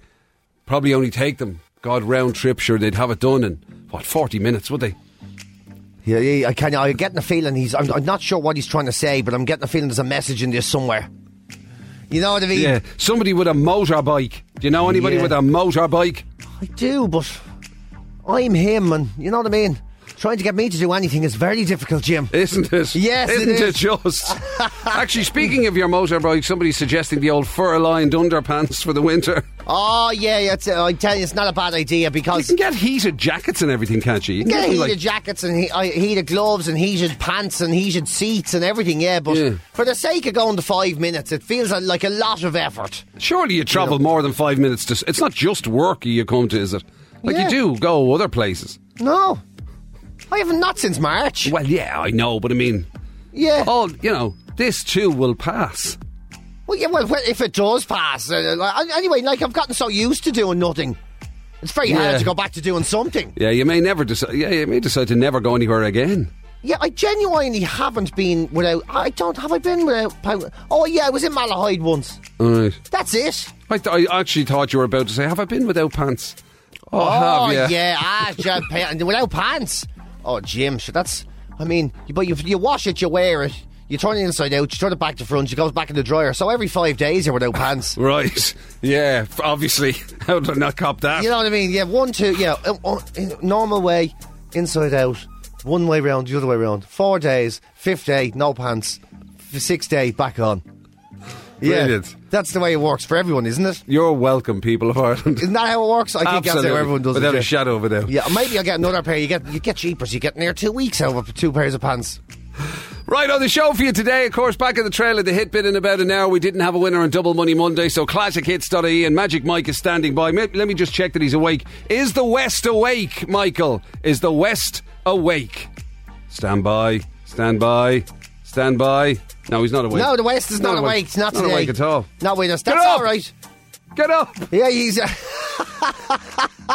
Speaker 1: probably only take them, God, round trip, sure, they'd have it done in, what, 40 minutes, would they?
Speaker 2: Yeah, yeah, I can. I'm getting a feeling he's. I'm, I'm not sure what he's trying to say, but I'm getting a feeling there's a message in this somewhere. You know what I mean?
Speaker 1: Yeah, somebody with a motorbike. Do you know anybody
Speaker 2: Yeah.
Speaker 1: with a motorbike?
Speaker 2: I do, but I'm him, and you know what I mean. Trying to get me to do anything is very difficult, Jim.
Speaker 1: Isn't it?
Speaker 2: Yes, it
Speaker 1: isn't it,
Speaker 2: is.
Speaker 1: just? Actually, speaking of your motorbike, somebody's suggesting the old fur-lined underpants for the winter.
Speaker 2: Oh yeah, yeah, it's, uh, I tell you, it's not a bad idea
Speaker 1: You
Speaker 2: because
Speaker 1: can get heated jackets and everything, can't you? You can
Speaker 2: Yeah,
Speaker 1: them,
Speaker 2: heated
Speaker 1: like-
Speaker 2: jackets and he, uh, heated gloves and heated pants and heated seats and everything. Yeah, but
Speaker 1: Yeah.
Speaker 2: for the sake of going to five minutes, it feels a- like a lot of effort.
Speaker 1: surely you travel more than five minutes. To, s- it's not just work you come to, is it? Like
Speaker 2: Yeah.
Speaker 1: you do go other places.
Speaker 2: No, I haven't not since March.
Speaker 1: Well, oh. yeah, I know, but I mean,
Speaker 2: yeah.
Speaker 1: all you know, this too will pass.
Speaker 2: Well, yeah, well, well, if it does pass. Uh, like, anyway, like I've gotten so used to doing nothing. It's very
Speaker 1: Yeah.
Speaker 2: hard to go back to doing something.
Speaker 1: Yeah, you may never decide. Yeah, you may decide to never go anywhere again.
Speaker 2: Yeah, I genuinely haven't been without. I don't. Have I been without. pow- Oh, yeah, I was in Malahide once.
Speaker 1: All right.
Speaker 2: That's it.
Speaker 1: I, th- I actually thought you were about to say, "Have I been without pants?" Oh,
Speaker 2: oh,
Speaker 1: have you?
Speaker 2: yeah. Ah, ja- pa- and without pants. Oh, Jim, so that's. I mean, you- but you, you wash it, you wear it, you turn it inside out, you turn it back to front, it goes back in the dryer. So every five days you're without pants.
Speaker 1: Right. Yeah. f- Obviously, how did I not cop that?
Speaker 2: You know what I mean? Yeah, one, two, yeah, uh, uh, in- normal way, inside out, One way round, the other way round. Four days, fifth day, no pants. F- Sixth day, back on.
Speaker 1: Brilliant.
Speaker 2: That's the way it works for everyone, isn't it?
Speaker 1: You're welcome, people of Ireland.
Speaker 2: Isn't that how it works? I think that's how everyone does
Speaker 1: Without
Speaker 2: it.
Speaker 1: a
Speaker 2: yeah.
Speaker 1: shadow of a doubt.
Speaker 2: yeah, maybe I get another pair. You get you get cheapers. You get near two weeks out of two pairs of pants.
Speaker 1: Right on the show for you today, of course, back in the trail of the hit bit in about an hour. We didn't have a winner on Double Money Monday, so classichits.ie and Magic Mike is standing by. May- Let me just check that he's awake. Is the West awake, Michael? Is the West awake? Stand by, stand by, stand by. No, he's not awake.
Speaker 2: No, the West is not, awake. It's Not,
Speaker 1: not
Speaker 2: today.
Speaker 1: awake at all.
Speaker 2: Not with us.
Speaker 1: Get
Speaker 2: That's
Speaker 1: up!
Speaker 2: all right.
Speaker 1: Get up!
Speaker 2: Yeah, he's.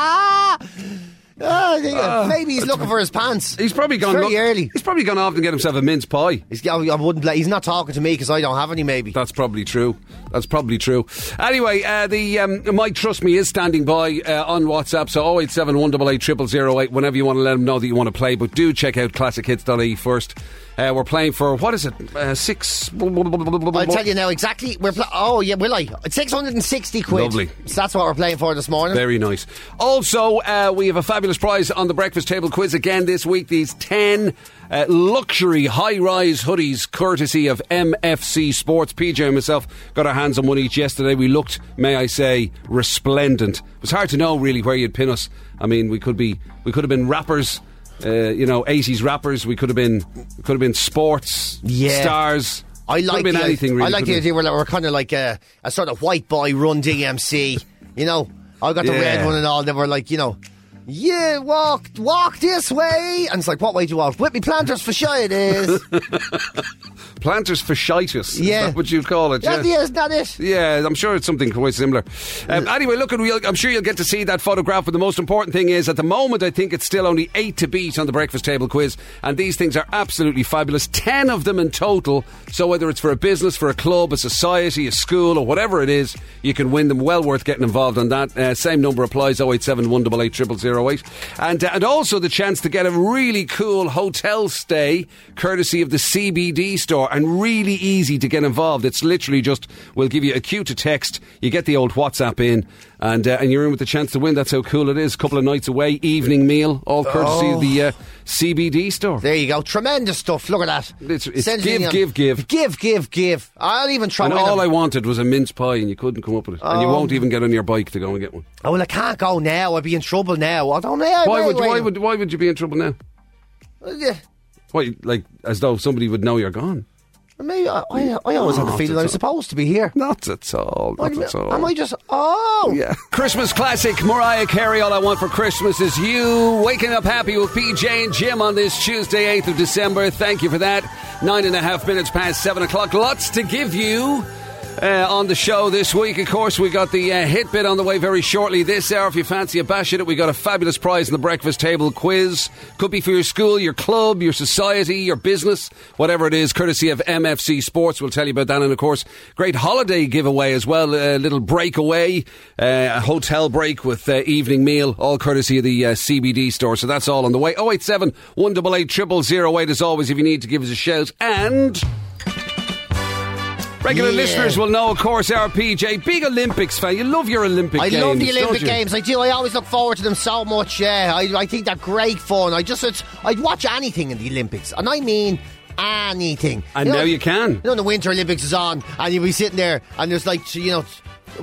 Speaker 2: Ah, yeah, maybe he's looking for his pants.
Speaker 1: He's probably gone.
Speaker 2: Very early.
Speaker 1: He's probably gone off and get himself a mince pie.
Speaker 2: He's, I, I wouldn't. Let, he's not talking to me because I don't have any. Maybe.
Speaker 1: That's probably true. That's probably true. Anyway, uh, the um, Mike Trust Me is standing by uh, on WhatsApp, so 087 188 whenever you want to let him know that you want to play. But do check out classichits.ie first. Uh, we're playing for, what is it, uh, six...
Speaker 2: I'll tell you now exactly. We're pl- oh yeah, will I? Six hundred and sixty quid.
Speaker 1: Lovely.
Speaker 2: So that's what we're playing for this morning.
Speaker 1: Very nice. Also, uh, we have a fabulous prize on the breakfast table quiz again this week. These 10 uh, luxury high rise hoodies, courtesy of MFC Sports. PJ and myself got our hands on one each yesterday. We looked, may I say, resplendent. It was hard to know really where you'd pin us. I mean, we could be, we could have been rappers. Uh, you know, eighties rappers. We could have been, could have been sports
Speaker 2: Yeah.
Speaker 1: stars.
Speaker 2: I
Speaker 1: Could have
Speaker 2: like
Speaker 1: been
Speaker 2: the,
Speaker 1: anything. Really,
Speaker 2: I like
Speaker 1: couldn't
Speaker 2: the
Speaker 1: it?
Speaker 2: idea we're, like, we're kind of like a, a sort of white boy run DMC. You know, I got the
Speaker 1: Yeah.
Speaker 2: red one and all. That were like, you know, yeah, walk walk this way, and it's like, what way do you walk? With me planters for sure it is.
Speaker 1: Planters fasciitis.
Speaker 2: Yeah.
Speaker 1: is that what you'd call it?
Speaker 2: yeah, yeah, isn't that it?
Speaker 1: Yeah, I'm sure it's something quite similar. Um, anyway, look, and we'll, I'm sure you'll get to see that photograph. But the most important thing is, at the moment, I think it's still only eight to beat on the breakfast table quiz, and these things are absolutely fabulous. Ten of them in total. So whether it's for a business, for a club, a society, a school, or whatever it is, you can win them. Well worth getting involved on that. Uh, same number applies: 087 188 and uh, and also the chance to get a really cool hotel stay, courtesy of the CBD store, and really easy to get involved. It's literally just we'll give you a cue to text. You get the old WhatsApp in, and uh, and you're in with the chance to win. That's how cool it is. Couple of nights away, evening meal, all courtesy of the uh, CBD store.
Speaker 2: Oh. There you go. Tremendous stuff. Look at that.
Speaker 1: It's- it's
Speaker 2: Send it
Speaker 1: give,
Speaker 2: in.
Speaker 1: give, give.
Speaker 2: Give, give, give. I'll even try
Speaker 1: And
Speaker 2: with
Speaker 1: all
Speaker 2: them.
Speaker 1: I wanted was a mince pie, and you couldn't come up with it. And you
Speaker 2: Um,
Speaker 1: won't even get on your bike to go and get one.
Speaker 2: Oh, well, I can't go now. I'd be in trouble now. I don't know.
Speaker 1: Why
Speaker 2: wait,
Speaker 1: would
Speaker 2: wait.
Speaker 1: why would why would you be in trouble now?
Speaker 2: Yeah.
Speaker 1: Why, like as though somebody would know you're gone?
Speaker 2: Maybe I, I, I always
Speaker 1: Oh,
Speaker 2: have the feeling I'm supposed to be here.
Speaker 1: Not at all. Not at all.
Speaker 2: Am I just? Oh,
Speaker 1: Yeah. Christmas classic, Mariah Carey. All I want for Christmas is you. Waking up happy with PJ and Jim on this Tuesday, 8th of December. Thank you for that. Nine and a half minutes past seven o'clock. Lots to give you. Uh, on the show this week, of course, we got the uh, hit bit on the way very shortly this hour. If you fancy a bash at it, we got a fabulous prize in the breakfast table quiz. Could be for your school, your club, your society, your business, whatever it is, courtesy of MFC Sports. We'll tell you about that. And of course, great holiday giveaway as well. A little breakaway, uh, a hotel break with uh, evening meal, all courtesy of the uh, CBD store. So that's all on the way. 087 188 0008 as always if you need to give us a shout. And. Regular
Speaker 2: Yeah.
Speaker 1: listeners will know, of course, our PJ, big Olympics fan. You love your Olympic
Speaker 2: I
Speaker 1: games.
Speaker 2: love the
Speaker 1: don't
Speaker 2: Olympic
Speaker 1: you?
Speaker 2: Games. I do. I always look forward to them so much. Yeah, I, I think they're great fun. I just, it's, I'd watch anything in the Olympics, and I mean anything.
Speaker 1: And now you can.
Speaker 2: You know, the Winter Olympics is on, and you'll be sitting there, and there's like, you know,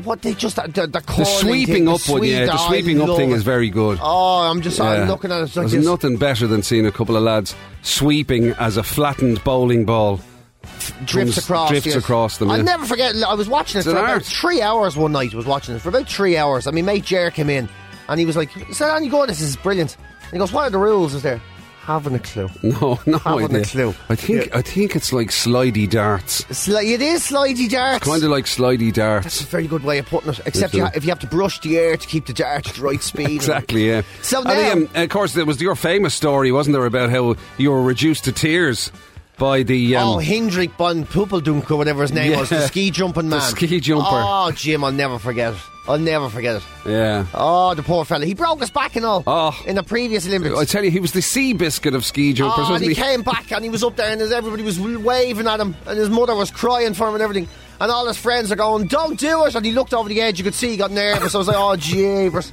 Speaker 2: what they just the, the,
Speaker 1: The
Speaker 2: curling thing,
Speaker 1: sweeping
Speaker 2: the
Speaker 1: up one, yeah. The
Speaker 2: oh, I
Speaker 1: sweeping up
Speaker 2: love
Speaker 1: thing
Speaker 2: it.
Speaker 1: is very good.
Speaker 2: Oh, I'm just,
Speaker 1: Yeah.
Speaker 2: I'm looking at it. It's like
Speaker 1: There's
Speaker 2: this.
Speaker 1: nothing better than seeing a couple of lads sweeping as a flattened bowling ball.
Speaker 2: drifts
Speaker 1: Comes-
Speaker 2: across.
Speaker 1: drifts
Speaker 2: yes.
Speaker 1: across them,
Speaker 2: I'll
Speaker 1: yeah.
Speaker 2: never forget. I was watching it
Speaker 1: an
Speaker 2: for about
Speaker 1: art.
Speaker 2: three hours one night. I was watching it for about three hours. And my mate Jer came in and he was like, "So on you go. This is brilliant." And he goes, "What are the rules?" Is there? Having a clue.
Speaker 1: No, no
Speaker 2: Haven't a
Speaker 1: idea.
Speaker 2: clue.
Speaker 1: I think I think it's like slidey darts.
Speaker 2: It's like, it is slidey darts.
Speaker 1: Kind of like slidey
Speaker 2: It's a
Speaker 1: darts.
Speaker 2: very good way of putting it. Except
Speaker 1: Is
Speaker 2: you
Speaker 1: it?
Speaker 2: ha- if you have to brush the air to keep the dart at the right speed.
Speaker 1: Exactly, yeah.
Speaker 2: So
Speaker 1: And the,
Speaker 2: now-
Speaker 1: um, of course, there was your famous story, wasn't there, about how you were reduced to tears by the um,
Speaker 2: oh, Hendrik von Pupeldunk or whatever his name
Speaker 1: Yeah.
Speaker 2: was, the ski jumping man.
Speaker 1: ski jumper.
Speaker 2: Oh, Jim, I'll never forget it. I'll never forget it.
Speaker 1: yeah.
Speaker 2: Oh, the poor fella. He broke his back and all
Speaker 1: Oh.
Speaker 2: in the previous Olympics.
Speaker 1: I tell you, he was the sea biscuit of ski jumpers.
Speaker 2: Oh, and
Speaker 1: wasn't
Speaker 2: he
Speaker 1: he?
Speaker 2: came back and he was up there and his, everybody was waving at him and his mother was crying for him and everything. And all his friends are going, don't do it. And he looked over the edge. You could see he got nervous. I was like, oh, jeebus.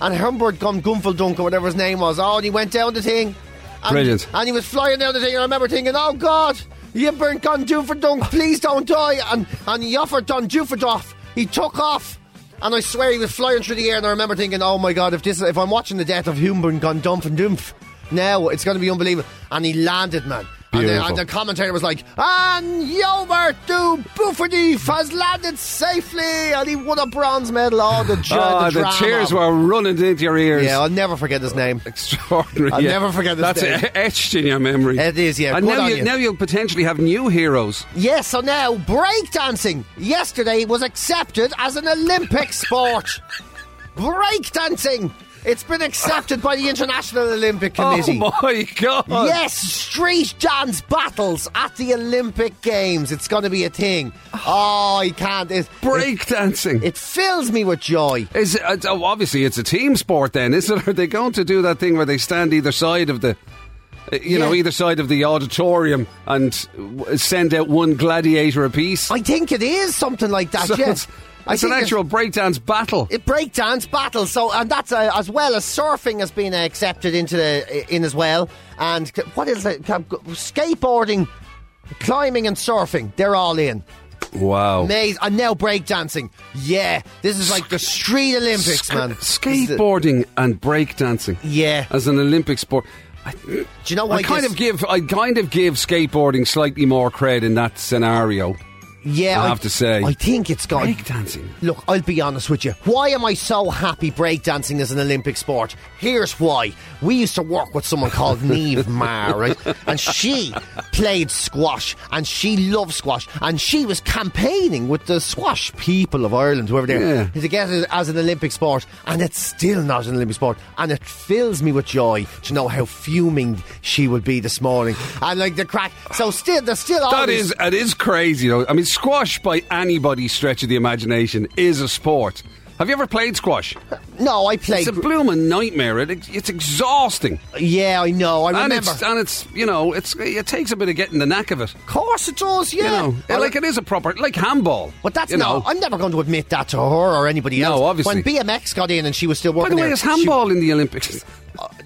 Speaker 2: And Humbert Gum Gunfeldunk or whatever his name was. Oh, and he went down the thing. And,
Speaker 1: Brilliant.
Speaker 2: And he was flying down the thing, and I remember thinking, oh God, you burnt Don Duferdunk, please don't die. And, and he offered Don Duferdoff, he took off. And I swear he was flying through the air, and I remember thinking, "Oh my God! If this, if I'm watching the death of Humburn gone dump and dump, now it's going to be unbelievable." And he landed, man. And the,
Speaker 1: Beautiful.
Speaker 2: and the commentator was like, "And Yobert du Bufferdief has landed safely, and he won a bronze medal." Oh, the, ju-
Speaker 1: Ah, the,
Speaker 2: drama.
Speaker 1: tears were running into your ears.
Speaker 2: Yeah, I'll never forget his name.
Speaker 1: Extraordinary.
Speaker 2: I'll
Speaker 1: yeah.
Speaker 2: never forget this
Speaker 1: That's
Speaker 2: day.
Speaker 1: etched in your memory.
Speaker 2: It is, yeah.
Speaker 1: And
Speaker 2: Good
Speaker 1: now,
Speaker 2: on
Speaker 1: you,
Speaker 2: you.
Speaker 1: now you'll potentially have new heroes.
Speaker 2: Yes, so now breakdancing yesterday was accepted as an Olympic sport. breakdancing! It's been accepted by the International Olympic Committee.
Speaker 1: Oh my god!
Speaker 2: Yes, street dance battles at the Olympic Games. It's going to be a thing. Oh, I can't. It, it,
Speaker 1: Breakdancing.
Speaker 2: it fills me with joy.
Speaker 1: Is it, it's- oh, obviously it's a team sport then, is it? Are they going to do that thing where they stand either side of the, uh, you know,
Speaker 2: Yeah.
Speaker 1: either side of the auditorium and w- send out one gladiator apiece?
Speaker 2: I think it is something like that,
Speaker 1: So
Speaker 2: yes.
Speaker 1: it's,
Speaker 2: I
Speaker 1: it's an
Speaker 2: think
Speaker 1: actual breakdance battle.
Speaker 2: it breakdance battle. So, and that's uh, as well as surfing has been uh, accepted into the in as well. And c- what is it? Ca- Skateboarding, climbing, and surfing—they're all in.
Speaker 1: wow.
Speaker 2: Maze and now breakdancing. Yeah, this is like the street Olympics,
Speaker 1: Sk-
Speaker 2: man. This is the-
Speaker 1: skateboarding and breakdancing.
Speaker 2: Yeah.
Speaker 1: As an Olympic sport. I,
Speaker 2: Do you know what?
Speaker 1: I kind of give I kind of give skateboarding slightly more cred in that scenario.
Speaker 2: yeah,
Speaker 1: I have to say.
Speaker 2: I think it's gone.
Speaker 1: Breakdancing.
Speaker 2: Look, I'll be honest with you. Why am I so happy breakdancing is an Olympic sport? Here's why. We used to work with someone called Neve Marr, right? And she played squash and she loved squash and she was campaigning with the squash people of Ireland, whoever they are,
Speaker 1: Yeah.
Speaker 2: to get it as an Olympic sport. And it's still not an Olympic sport. And it fills me with joy to know how fuming she would be this morning. And like the crack. So still, there's still all
Speaker 1: That
Speaker 2: these-
Speaker 1: is it is crazy though. I mean squash by anybody's stretch of the imagination is a sport. Have you ever played squash?
Speaker 2: No, I played.
Speaker 1: It's a blooming nightmare. It, it's exhausting,
Speaker 2: yeah, I know. I
Speaker 1: and
Speaker 2: remember.
Speaker 1: it's and it's you know it's it takes a bit of getting the knack of it.
Speaker 2: course it does,
Speaker 1: You
Speaker 2: yeah.
Speaker 1: know,
Speaker 2: Well,
Speaker 1: like it is a proper like handball.
Speaker 2: but that's
Speaker 1: you
Speaker 2: no.
Speaker 1: know.
Speaker 2: I'm never going to admit that to her or anybody
Speaker 1: No,
Speaker 2: else.
Speaker 1: obviously.
Speaker 2: When BMX got in and she was still
Speaker 1: By
Speaker 2: working
Speaker 1: the way,
Speaker 2: there,
Speaker 1: is handball in the Olympics?
Speaker 2: she-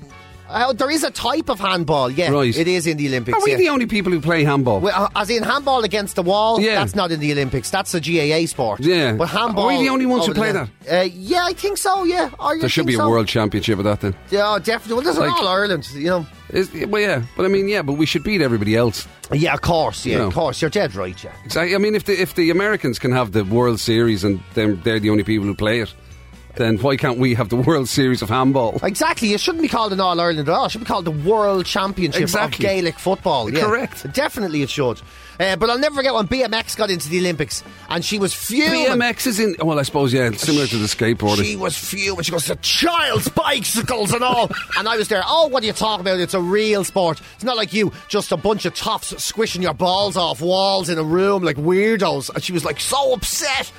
Speaker 2: oh, there is a type of handball. Yeah,
Speaker 1: Right.
Speaker 2: it is in the Olympics.
Speaker 1: Are we
Speaker 2: yeah.
Speaker 1: the only people who play handball?
Speaker 2: Well, uh, as in handball against the wall,
Speaker 1: Yeah.
Speaker 2: that's not in the Olympics. That's a GAA sport.
Speaker 1: Yeah.
Speaker 2: but handball.
Speaker 1: Are we the only ones who
Speaker 2: over
Speaker 1: play
Speaker 2: the net. Uh, yeah, I think so. Yeah, I
Speaker 1: there should
Speaker 2: think
Speaker 1: be a
Speaker 2: so.
Speaker 1: world championship of that then.
Speaker 2: Yeah, definitely. Well, there's an
Speaker 1: Like-
Speaker 2: all Ireland. You know.
Speaker 1: Is, well, yeah, but I mean, yeah, but we should beat everybody else.
Speaker 2: Yeah, of course. Yeah,
Speaker 1: You know.
Speaker 2: of course. You're dead right. Yeah.
Speaker 1: Exactly. I mean, if the if the Americans can have the World Series and they're, they're the only people who play it, then why can't we have the World Series of handball?
Speaker 2: Exactly. It shouldn't be called an All Ireland at all. It should be called the World Championship
Speaker 1: Exactly.
Speaker 2: of Gaelic football. Yeah.
Speaker 1: Correct.
Speaker 2: Definitely it should. Uh, but I'll never forget when BMX got into the Olympics and she was fuming.
Speaker 1: BMX is in. Well, I suppose yeah, it's similar to the skateboarding.
Speaker 2: She was fuming. She goes, "The child's bicycles and all," and I was there. Oh, what are you talking about? It's a real sport. It's not like you, just a bunch of toffs squishing your balls off walls in a room like weirdos. And she was like so upset.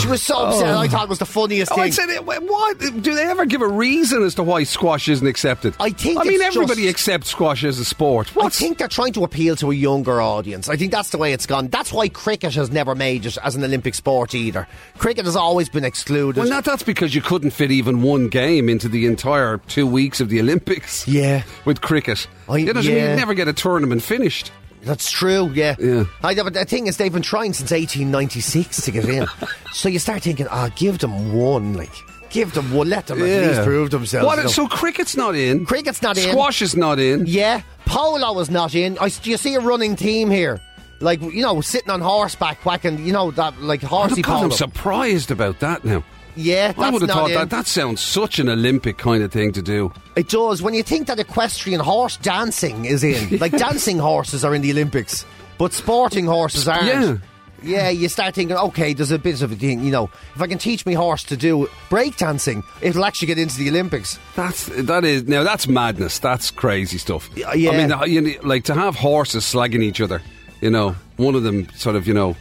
Speaker 2: She was so upset. I thought it was the funniest
Speaker 1: Oh,
Speaker 2: thing.
Speaker 1: I said, it- what? Do they ever give a reason as to why squash isn't accepted?
Speaker 2: I think
Speaker 1: I mean,
Speaker 2: it's
Speaker 1: everybody
Speaker 2: just-
Speaker 1: accepts squash as a sport. What?
Speaker 2: I think they're trying to appeal to a younger audience. I think that's the way it's gone. That's why cricket has never made it as an Olympic sport either. Cricket has always been excluded.
Speaker 1: well, not that's because you couldn't fit even one game into the entire two weeks of the Olympics.
Speaker 2: Yeah.
Speaker 1: With cricket.
Speaker 2: I-
Speaker 1: you know what I mean?
Speaker 2: yeah.
Speaker 1: You'd never get a tournament finished.
Speaker 2: That's true, yeah.
Speaker 1: Yeah.
Speaker 2: I know, but the thing is, they've been trying since 1896 to get in. so you start thinking, ah, give them one, like, give them one, let them at least prove themselves.
Speaker 1: What,
Speaker 2: you know.
Speaker 1: So cricket's not in.
Speaker 2: Cricket's not in.
Speaker 1: Squash is not in.
Speaker 2: Yeah, polo was not in. I, you see a running team here. Like, you know, sitting on horseback, whacking, you know, that, like,
Speaker 1: Oh,
Speaker 2: horsey
Speaker 1: God,
Speaker 2: polo.
Speaker 1: I'm surprised about that now.
Speaker 2: yeah, that's
Speaker 1: I would have
Speaker 2: not
Speaker 1: thought
Speaker 2: in.
Speaker 1: that that sounds such an Olympic kind of thing to do.
Speaker 2: It does. When you think that equestrian horse dancing is in, like dancing horses are in the Olympics, but sporting horses aren't.
Speaker 1: Yeah.
Speaker 2: Yeah, you start thinking, okay, there's a bit of a thing, you know. If I can teach my horse to do break dancing, it'll actually get into the Olympics.
Speaker 1: That's that is now that's madness. That's crazy stuff.
Speaker 2: Y- yeah.
Speaker 1: I mean, the- you know, like to have horses slagging each other. You know, one of them sort of you know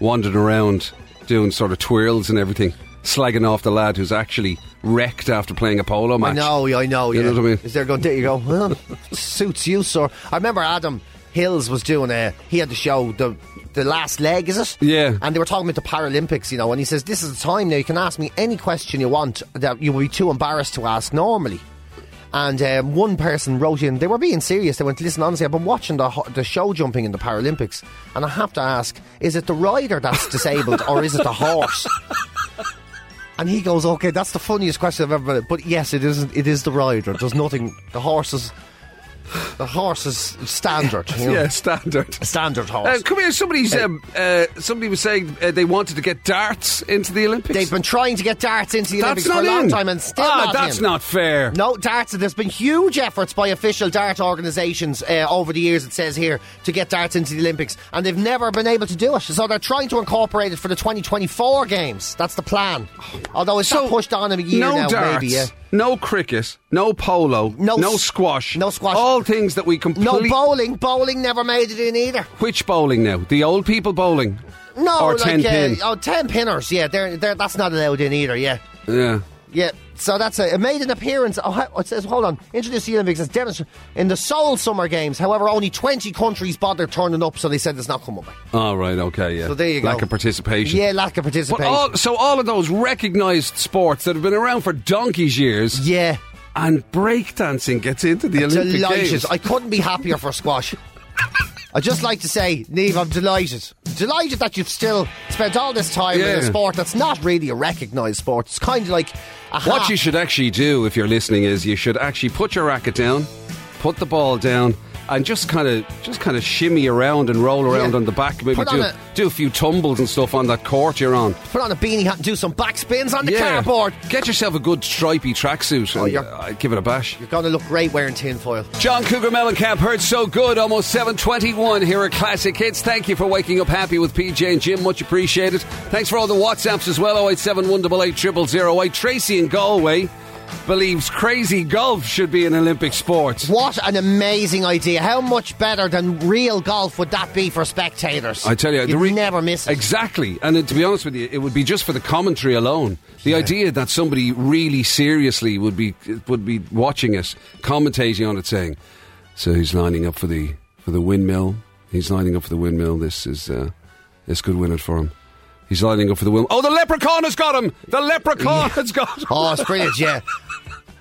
Speaker 1: wandered around doing sort of twirls and everything, slagging off the lad who's actually wrecked after playing a polo match.
Speaker 2: I know, yeah, I know.
Speaker 1: You
Speaker 2: yeah.
Speaker 1: know what I mean?
Speaker 2: Is there going? There you go. Well, suits you, sir. I remember Adam Hills was doing a. He had the show the the last leg, is it?
Speaker 1: Yeah.
Speaker 2: And they were talking about the Paralympics, you know. And he says, "This is the time now. You can ask me any question you want that you would be too embarrassed to ask normally." And um, one person wrote in, they were being serious. They went, listen, honestly, I've been watching the, ho- the show jumping in the Paralympics, and I have to ask, is it the rider that's disabled or is it the horse? And he goes, okay, that's the funniest question I've ever been. But yes, it is. It is the rider. There's nothing. The horse is. The horse is standard. you know.
Speaker 1: Yeah, standard.
Speaker 2: standard
Speaker 1: Uh,
Speaker 2: horse.
Speaker 1: come here, somebody's, um, uh, somebody was saying uh, they wanted to get darts into the Olympics.
Speaker 2: They've been trying to get darts into the
Speaker 1: that's
Speaker 2: Olympics for
Speaker 1: not
Speaker 2: a long
Speaker 1: in.
Speaker 2: time and still
Speaker 1: ah,
Speaker 2: not
Speaker 1: that's
Speaker 2: in.
Speaker 1: not fair.
Speaker 2: No, darts, there's been huge efforts by official dart organisations uh, over the years, it says here, to get darts into the Olympics, and they've never been able to do it. So they're trying to incorporate it for the 2024 Games. That's the plan. Although it's
Speaker 1: So
Speaker 2: got pushed on a year
Speaker 1: no
Speaker 2: now,
Speaker 1: darts,
Speaker 2: maybe. Yeah.
Speaker 1: no cricket, no polo,
Speaker 2: No s-
Speaker 1: squash,
Speaker 2: no squash.
Speaker 1: All things that we
Speaker 2: No,
Speaker 1: completely.
Speaker 2: bowling. Bowling never made it in either.
Speaker 1: Which bowling now? The old people bowling.
Speaker 2: No,
Speaker 1: or
Speaker 2: like,
Speaker 1: ten
Speaker 2: uh,
Speaker 1: pin.
Speaker 2: Oh, 10 pinners, yeah. They're, they're, that's not allowed in either, yeah.
Speaker 1: yeah.
Speaker 2: Yeah, so that's it. It made an appearance. Oh, ho- it says, hold on. Introduced to the Olympics as Dennis in the Seoul Summer Games. However, only 20 countries bothered turning up, so they said it's not coming back.
Speaker 1: All right. Okay. Yeah.
Speaker 2: So there you go.
Speaker 1: Lack of participation.
Speaker 2: Yeah, lack of
Speaker 1: But
Speaker 2: participation.
Speaker 1: all, so all of those recognised sports that have been around for donkey's years,
Speaker 2: yeah,
Speaker 1: and breakdancing gets into the Olympic
Speaker 2: delighted.
Speaker 1: Games.
Speaker 2: I couldn't be happier for squash. I'd just like to say, Neve, I'm delighted. Delighted that you've still spent all this time in
Speaker 1: Yeah.
Speaker 2: a sport that's not really a recognised sport. It's kind of like a
Speaker 1: What
Speaker 2: half-
Speaker 1: you should actually do if you're listening is you should actually put your racket down, put the ball down, and just kind of just kind of shimmy around and roll around
Speaker 2: Yeah.
Speaker 1: on the back. Maybe
Speaker 2: Put on
Speaker 1: do
Speaker 2: a-
Speaker 1: do a few tumbles and stuff on that court you're on.
Speaker 2: put on a beanie hat and do some backspins on the cardboard. Oh,
Speaker 1: Get yourself a good stripy tracksuit and
Speaker 2: you're-
Speaker 1: uh, give it a bash.
Speaker 2: You're going to look great wearing tinfoil.
Speaker 1: John Cougar Mellencamp heard so good, almost 721 here at Classic Hits. Thank you for waking up happy with PJ and Jim, much appreciated. Thanks for all the WhatsApps as well, 087 8 Tracy in Galway believes crazy golf should be an Olympic sport.
Speaker 2: What an amazing idea. How much better than real golf would that be for spectators?
Speaker 1: I tell you,
Speaker 2: You'd never miss it.
Speaker 1: Exactly. And uh, to be honest with you, it would be just for the commentary alone. The idea that somebody really seriously would be would be watching us, commentating on it, saying, "So he's lining up for the for the windmill. He's lining up for the windmill. This is uh, this could win it for him." He's lining up for the windmill. Oh, the leprechaun has got him! The leprechaun has got him!
Speaker 2: oh, it's brilliant, yeah.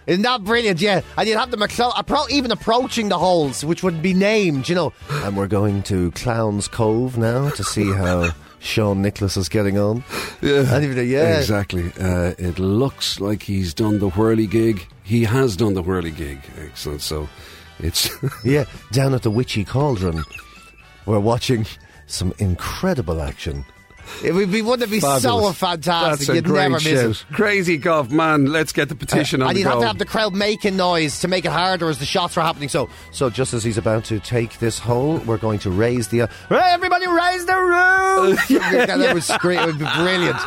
Speaker 2: Isn't that brilliant? Yeah, and you'd have them acclo- appro- even approaching the holes, which would be named, you know. And we're going to Clown's Cove now to see how Sean Nicholas is getting on. Yeah, and even, yeah.
Speaker 1: Exactly. Uh, it looks like he's done the whirly gig. He has done the whirly gig. Excellent. So it's.
Speaker 2: Yeah, down at the Witchy Cauldron, we're watching some incredible action. It would be, wouldn't it be so
Speaker 1: Fabulous.
Speaker 2: fantastic?
Speaker 1: That's a
Speaker 2: You'd
Speaker 1: great
Speaker 2: never miss it. Uh,
Speaker 1: shout. Crazy golf, man. Let's get the petition on
Speaker 2: and
Speaker 1: the
Speaker 2: you'd have
Speaker 1: go.
Speaker 2: to have the crowd making noise to make it harder as the shots were happening. So, so just as he's about to take this hole, we're going to raise the. Uh, "Hey, everybody, raise the roof! that would scream. It would be brilliant.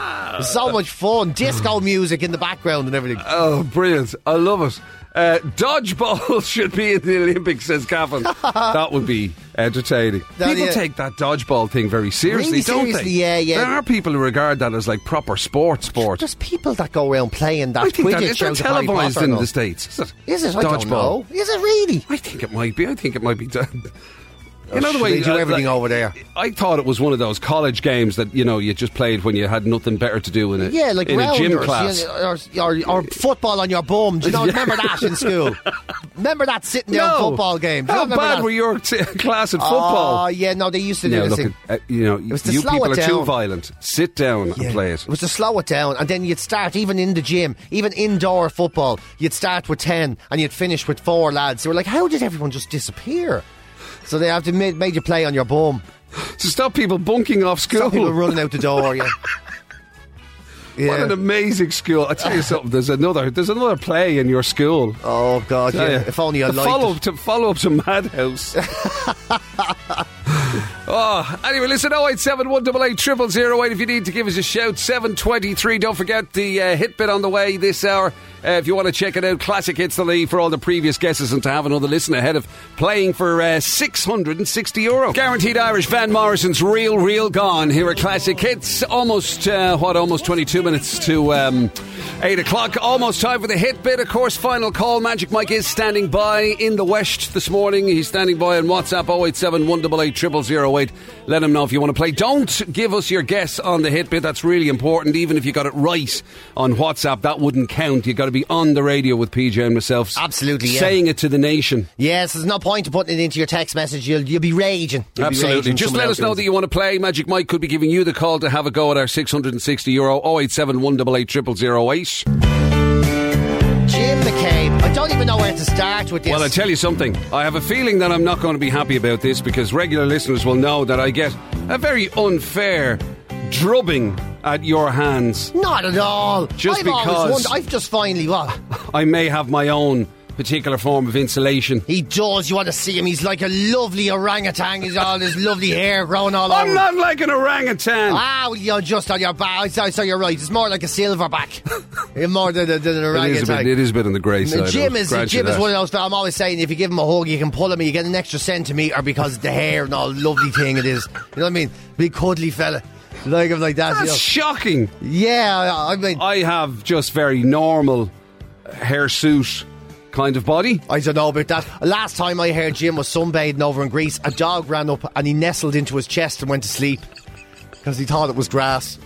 Speaker 2: So much fun. Disco music in the background and everything.
Speaker 1: oh, brilliant. I love it. Uh, dodgeball should be in the Olympics, says Gavin. that would be entertaining.
Speaker 2: That-
Speaker 1: people
Speaker 2: yeah.
Speaker 1: take that dodgeball thing very seriously,
Speaker 2: Really
Speaker 1: don't
Speaker 2: seriously,
Speaker 1: they?
Speaker 2: yeah, yeah.
Speaker 1: There are people who regard that as like proper sport sport.
Speaker 2: Just people that go around playing that
Speaker 1: I think that
Speaker 2: Quidditch
Speaker 1: is that
Speaker 2: out of Harry
Speaker 1: televised
Speaker 2: Potter
Speaker 1: in
Speaker 2: and all.
Speaker 1: the States. Is it?
Speaker 2: Is it? I
Speaker 1: dodgeball.
Speaker 2: don't know. Is it really?
Speaker 1: I think it might be. I think it might be done. You know the
Speaker 2: sh-
Speaker 1: way
Speaker 2: Oh, they do
Speaker 1: uh,
Speaker 2: everything
Speaker 1: like-
Speaker 2: over there.
Speaker 1: I thought it was one of those college games that you know you just played when you had nothing better to do in a
Speaker 2: Yeah, like
Speaker 1: in a
Speaker 2: rounders,
Speaker 1: gym class.
Speaker 2: yeah, or, or, or football on your bum. Do you know, remember that in school? Remember that sitting down football game? Do you
Speaker 1: How
Speaker 2: remember
Speaker 1: bad
Speaker 2: that?
Speaker 1: were your t- class at
Speaker 2: Oh,
Speaker 1: football?
Speaker 2: yeah, no, they used to do
Speaker 1: now
Speaker 2: this
Speaker 1: look,
Speaker 2: thing.
Speaker 1: at, uh, you know,
Speaker 2: was to
Speaker 1: you
Speaker 2: slow
Speaker 1: people are
Speaker 2: it
Speaker 1: too
Speaker 2: down.
Speaker 1: violent. Sit down and play it.
Speaker 2: It was to slow it down, and then you'd start even in the gym, even indoor football. You'd start with ten, and you'd finish with four lads. They were like, "How did everyone just disappear?" So they have to made, made you play on your bum.
Speaker 1: To stop people bunking off school.
Speaker 2: Some people running out the door. Yeah.
Speaker 1: What an
Speaker 2: Yeah.
Speaker 1: amazing school! I tell you something. There's another. There's another play in your school.
Speaker 2: Oh God!
Speaker 1: Tell
Speaker 2: Yeah.
Speaker 1: you.
Speaker 2: If only I
Speaker 1: The follow
Speaker 2: liked
Speaker 1: up to follow up to Madhouse. oh, anyway, listen. Oh eight seven one double eight triple zero eight. If you need to give us a shout, seven twenty three. Don't forget the uh, hit bit on the way this hour. Uh, if you want to check it out, classic hits the lead for all the previous guesses and to have another listen ahead of playing for uh, six hundred and sixty euro. Guaranteed Irish. Van Morrison's real, real gone here at classic hits. Almost uh, what? Almost twenty two minutes to um, eight o'clock. Almost time for the hit bit. Of course, final call. Magic Mike oh is standing by in the West this morning. He's standing by on WhatsApp 087 188 0008. 0800 Let them know if you want to play. Don't give us your guess on the hit bit. That's really important. Even if you got it right on WhatsApp, that wouldn't count. You've got to be on the radio with PJ and myself.
Speaker 2: Absolutely, yeah.
Speaker 1: Saying it to the nation.
Speaker 2: Yes, there's no point in putting it into your text message. You'll, you'll be raging. You'll be
Speaker 1: Absolutely.
Speaker 2: raging
Speaker 1: Just
Speaker 2: someone
Speaker 1: let
Speaker 2: else
Speaker 1: us know
Speaker 2: does
Speaker 1: that
Speaker 2: it.
Speaker 1: you want to play. Magic Mike could be giving you the call to have a go at our 660 euro 087 188 0008.
Speaker 2: Jim McCabe. I don't even know where to start with this.
Speaker 1: Well, I tell you something. I have a feeling that I'm not going to be happy about this because regular listeners will know that I get a very unfair drubbing at your hands.
Speaker 2: Not at all.
Speaker 1: Just
Speaker 2: I've
Speaker 1: because-
Speaker 2: always wondered. I've just finally. Well,
Speaker 1: I may have my own particular form of insulation.
Speaker 2: he does. You want to see him? He's like a lovely orangutan. He's all his lovely hair growing all over.
Speaker 1: I'm
Speaker 2: him.
Speaker 1: not like an orangutan.
Speaker 2: Ah, well, you're just on your back. I saw, so you're right. It's more like a silverback. You're more than, than an
Speaker 1: it, is a
Speaker 2: orangutan.
Speaker 1: bit, it is a bit on the grey
Speaker 2: Now,
Speaker 1: side.
Speaker 2: Jim
Speaker 1: I'll
Speaker 2: is
Speaker 1: grant you
Speaker 2: Jim is
Speaker 1: that.
Speaker 2: one of those. I'm always saying if you give him a hug, you can pull him. You get an extra centimeter because of the hair and all lovely thing it is. You know what I mean? Big cuddly fella, like him like that. you
Speaker 1: That's
Speaker 2: know.
Speaker 1: shocking.
Speaker 2: yeah, I I mean,
Speaker 1: I have just very normal hairsuit kind of body.
Speaker 2: I don't know about that. Last time I heard Jim was sunbathing over in Greece, a dog ran up and he nestled into his chest and went to sleep because he thought it was grass.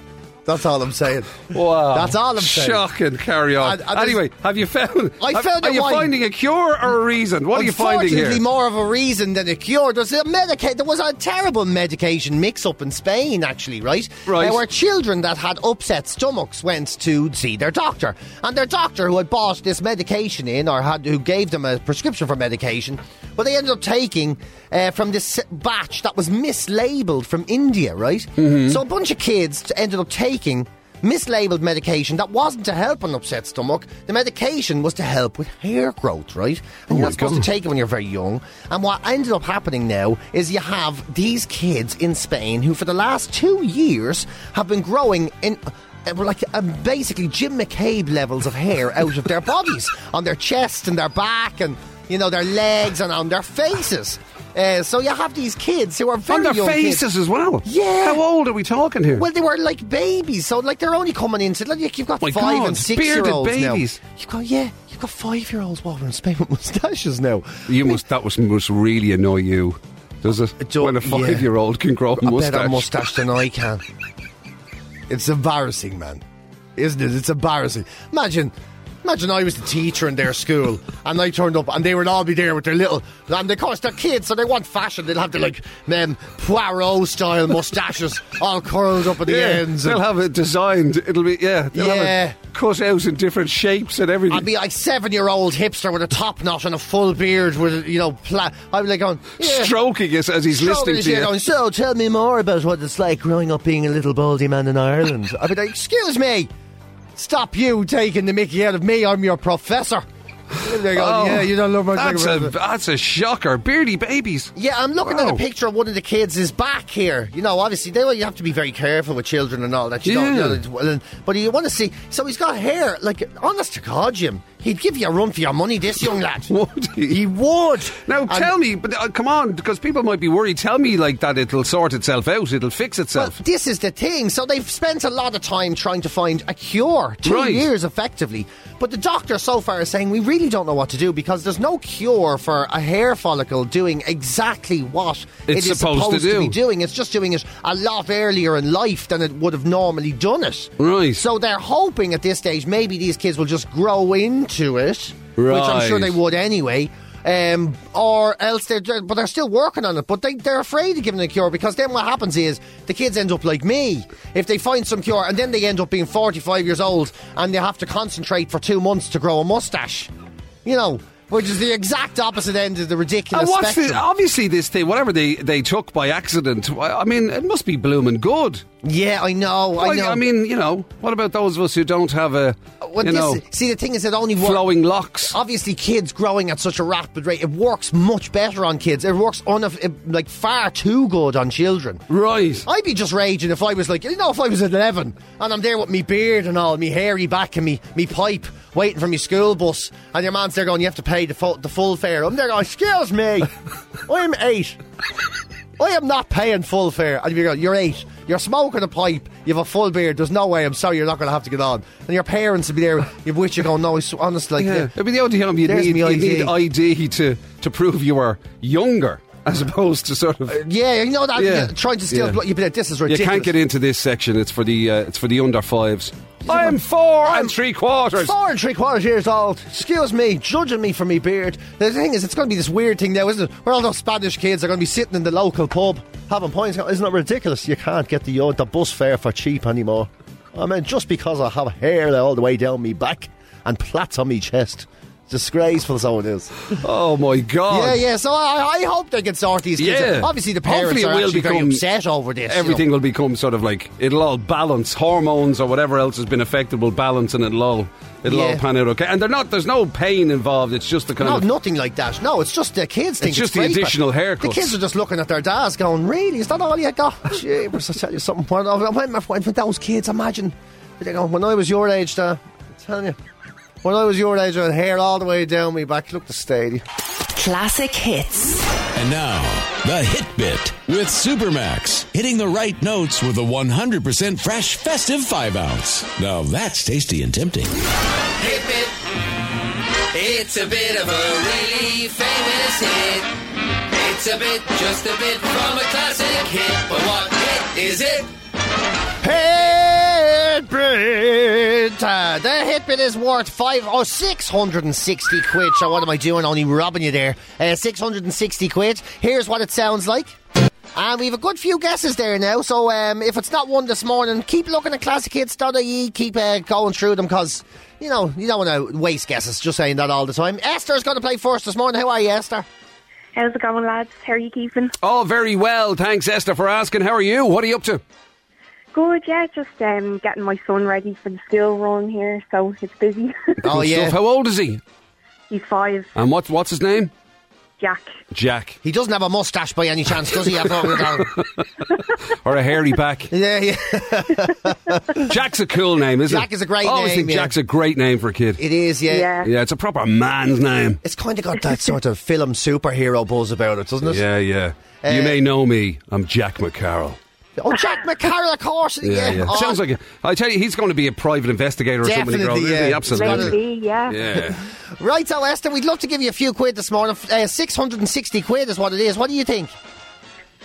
Speaker 2: That's all I'm saying.
Speaker 1: Wow.
Speaker 2: That's all I'm saying.
Speaker 1: Shocking. Carry on.
Speaker 2: And- and there's-
Speaker 1: anyway, have you found?
Speaker 2: I
Speaker 1: have-
Speaker 2: found
Speaker 1: Are
Speaker 2: a
Speaker 1: you
Speaker 2: wine.
Speaker 1: finding a cure or a reason? What are you finding
Speaker 2: Unfortunately,
Speaker 1: here?
Speaker 2: more of a reason than a cure. There's a medica- there was a terrible medication mix-up in Spain, actually, right?
Speaker 1: Right.
Speaker 2: There were children that had upset stomachs went to see their doctor, and their doctor who had bought this medication in, or had who gave them a prescription for medication, but they ended up taking uh, from this batch that was mislabeled from India, right?
Speaker 1: Mm-hmm.
Speaker 2: So a bunch of kids ended up taking. Mislabeled medication that wasn't to help an upset stomach. The medication was to help with hair growth, right?
Speaker 1: Oh
Speaker 2: And you're not supposed to take it when you're very young. And what ended up happening now is you have these kids in Spain who, for the last two years, have been growing in. uh, Like um, basically Jim McCabe levels of hair out of their bodies, on their chest and their back, and you know their legs and on their faces. Uh, so you have these kids who are very
Speaker 1: on their
Speaker 2: young kids.
Speaker 1: faces as well.
Speaker 2: Yeah.
Speaker 1: How old are we talking here?
Speaker 2: Well, they were like babies, so like they're only coming into like you've got
Speaker 1: My
Speaker 2: five
Speaker 1: God,
Speaker 2: and six
Speaker 1: bearded
Speaker 2: year olds
Speaker 1: babies.
Speaker 2: now. You've got yeah, you've got five year olds walking in Spain with mustaches now.
Speaker 1: you must. That was must really annoy you. Does it?
Speaker 2: don't-
Speaker 1: when a
Speaker 2: yeah.
Speaker 1: five-year-old can grow a
Speaker 2: A
Speaker 1: mustache.
Speaker 2: better mustache than I can. It's embarrassing, man. Isn't it? It's embarrassing. Imagine. Imagine I was the teacher in their school and I turned up and they would all be there with their little and of course they're kids so they want fashion they'll have their like um, Poirot style moustaches all curled up at the
Speaker 1: Yeah,
Speaker 2: ends
Speaker 1: they'll
Speaker 2: and-
Speaker 1: have it designed. It'll be yeah. They'll
Speaker 2: Yeah.
Speaker 1: Have it cut out in different shapes and everything.
Speaker 2: I'd be like seven year old hipster with a top knot and a full beard with you know pla- I'd be like going yeah.
Speaker 1: stroking it as he's
Speaker 2: Stroking
Speaker 1: listening
Speaker 2: his
Speaker 1: to
Speaker 2: ear
Speaker 1: you.
Speaker 2: going, so tell me more about what it's like growing up being a little baldy man in Ireland. I'd be like, excuse me, stop you taking the mickey out of me. I'm your professor. They go,
Speaker 1: Oh,
Speaker 2: yeah, you don't love my
Speaker 1: That's a that's a shocker. Beardy babies.
Speaker 2: yeah, I'm looking at
Speaker 1: Wow.
Speaker 2: a picture of one of the kids' his back here. You know, obviously, they you have to be very careful with children and all that. You
Speaker 1: Yeah.
Speaker 2: know, you know, well, and- but you want to see. So he's got hair. Like, honest to God, Jim, he'd give you a run for your money, this young lad.
Speaker 1: Would he?
Speaker 2: He would.
Speaker 1: Now
Speaker 2: And-
Speaker 1: tell me, but uh, come on, because people might be worried. Tell me like that, it'll sort itself out. It'll fix
Speaker 2: Well,
Speaker 1: itself.
Speaker 2: this is the thing. So they've spent a lot of time trying to find a cure, two
Speaker 1: Right.
Speaker 2: years effectively. But the doctor so far is saying we really don't know what to do because there's no cure for a hair follicle doing exactly what
Speaker 1: It's
Speaker 2: it is
Speaker 1: supposed to
Speaker 2: supposed,
Speaker 1: do.
Speaker 2: be doing. It's just doing it a lot earlier in life than it would have normally done it.
Speaker 1: Right.
Speaker 2: So they're hoping at this stage maybe these kids will just grow into it, which I'm sure
Speaker 1: Right.
Speaker 2: they would anyway. Um, or else they're, they're- but they're still working on it. But they they're afraid of giving a cure because then what happens is the kids end up like me if they find some cure and then they end up being forty five years old and they have to concentrate for two months to grow a mustache, you know, which is the exact opposite end of the ridiculous
Speaker 1: And what's
Speaker 2: spectrum.
Speaker 1: the, obviously this thing, whatever they, they took by accident, I I mean, it must be blooming good.
Speaker 2: yeah, I know, I
Speaker 1: Like,
Speaker 2: know. Uh,
Speaker 1: I mean, you know, what about those of us who don't have a,
Speaker 2: Well,
Speaker 1: you
Speaker 2: this-
Speaker 1: know,
Speaker 2: see, the thing is, it only works.
Speaker 1: flowing locks?
Speaker 2: obviously kids growing at such a rapid rate it works much better on kids it works on like far too good on children
Speaker 1: Right.
Speaker 2: I'd be just raging if I was like, you know, if I was 11 and I'm there with me beard and all, me hairy back and me, me pipe, waiting for me school bus, and your man's there going, you have to pay the, fu- the full fare. I'm there going, excuse me, I'm eight. I am not paying full fare. And you're going, you're eight. You're smoking a pipe. You have a full beard. There's no way. I'm sorry. You're not going to have to get on. And your parents will be there with you going, no, it's honest, like,
Speaker 1: Yeah. I mean, the only time you'd
Speaker 2: There's
Speaker 1: need,
Speaker 2: me
Speaker 1: you'd
Speaker 2: ID.
Speaker 1: need ID to, to prove you are younger. as opposed to sort of.
Speaker 2: Yeah, you know that.
Speaker 1: Yeah.
Speaker 2: Trying to steal
Speaker 1: Yeah.
Speaker 2: blood. You'd be like, this is
Speaker 1: You
Speaker 2: Uh, ridiculous.
Speaker 1: can't get into this section. It's for the uh, it's for the under fives. I am four and three quarters.
Speaker 2: Four and three quarters years old. Excuse me, judging me for me beard. The thing is, it's going to be this weird thing now, isn't it? Where all those Spanish kids are going to be sitting in the local pub having pints. Isn't it ridiculous? You can't get the uh, the bus fare for cheap anymore. I mean, just because I have hair all the way down me back and plaits on me chest. Disgraceful, so it is.
Speaker 1: Oh my god!
Speaker 2: Yeah, yeah. So I, I hope they can sort these kids.
Speaker 1: Yeah.
Speaker 2: out. Obviously, the parents
Speaker 1: Hopefully it
Speaker 2: are
Speaker 1: will
Speaker 2: actually very
Speaker 1: become
Speaker 2: upset over this. you know.
Speaker 1: Everything will become sort of like it'll all balance. Hormones or whatever else has been affected will balance, and it'll all it'll all
Speaker 2: Yeah.
Speaker 1: pan out okay. And they're not. There's no pain involved. It's just the kind
Speaker 2: No,
Speaker 1: of
Speaker 2: nothing like that. No, it's just the kids think
Speaker 1: It's just the
Speaker 2: great, but
Speaker 1: additional
Speaker 2: The
Speaker 1: haircuts.
Speaker 2: kids are just looking at their dads going, Really? Is that all you got? Jeepers, I tell you something. When, when, when those kids, imagine. They go, When I was your age, uh, I'm telling you. When I was your age, I had hair all the way down me back. Look the stadium.
Speaker 4: Classic hits.
Speaker 5: And now, the Hit Bit with Supermax. Hitting the right notes with a 100% fresh festive 5 ounce. Now that's tasty and tempting.
Speaker 6: Hip it. It's a bit of a really famous hit. It's a bit, just a bit from a classic hit. But what hit is it?
Speaker 2: Hit bit. Uh, the hit bit is worth five or six hundred and sixty quid. So what am I doing? Only robbing you there. Uh, six hundred and sixty quid. Here's what it sounds like. And we have a good few guesses there now. So um, if it's not one this morning, keep looking at classichits.ie. Keep uh, going through them because you know you don't want to waste guesses. Just saying that all the time. Esther's going to play first this morning. How are you, Esther?
Speaker 7: How's it going, lads? How are you keeping?
Speaker 1: oh, very well. Thanks, Esther, for asking. How are you? What are you up to?
Speaker 7: Good, yeah. Just um, getting my son ready for the school run here, so it's busy.
Speaker 2: Oh
Speaker 1: Good stuff. How old is he?
Speaker 7: He's five,
Speaker 1: And what what's his name?
Speaker 7: Jack.
Speaker 1: Jack
Speaker 2: He doesn't have a mustache by any chance, does he? I thought we were going-
Speaker 1: or a hairy back?
Speaker 2: yeah, yeah.
Speaker 1: Jack's a cool name, isn't it?
Speaker 2: Jack is a great
Speaker 1: I always
Speaker 2: name,
Speaker 1: think
Speaker 2: yeah.
Speaker 1: Jack's a great name for a kid.
Speaker 2: It is,
Speaker 7: Yeah.
Speaker 1: yeah, it's a proper man's name.
Speaker 2: It's kind of got that sort of film superhero buzz about it, doesn't it?
Speaker 1: Yeah, yeah. you
Speaker 2: Uh,
Speaker 1: may know me. I'm Jack McCarroll.
Speaker 2: Oh, Jack McCarroll, of course.
Speaker 1: Yeah,
Speaker 2: Yeah,
Speaker 1: yeah.
Speaker 2: Oh,
Speaker 1: Sounds like a, I tell you, he's going to be a private investigator or something.
Speaker 2: Definitely,
Speaker 1: Definitely,
Speaker 2: yeah.
Speaker 1: absolutely.
Speaker 7: Maybe, yeah.
Speaker 1: Yeah.
Speaker 2: right. So, Esther, we'd love to give you a few quid this morning. Uh, Six hundred and sixty quid is what it is. What do you think?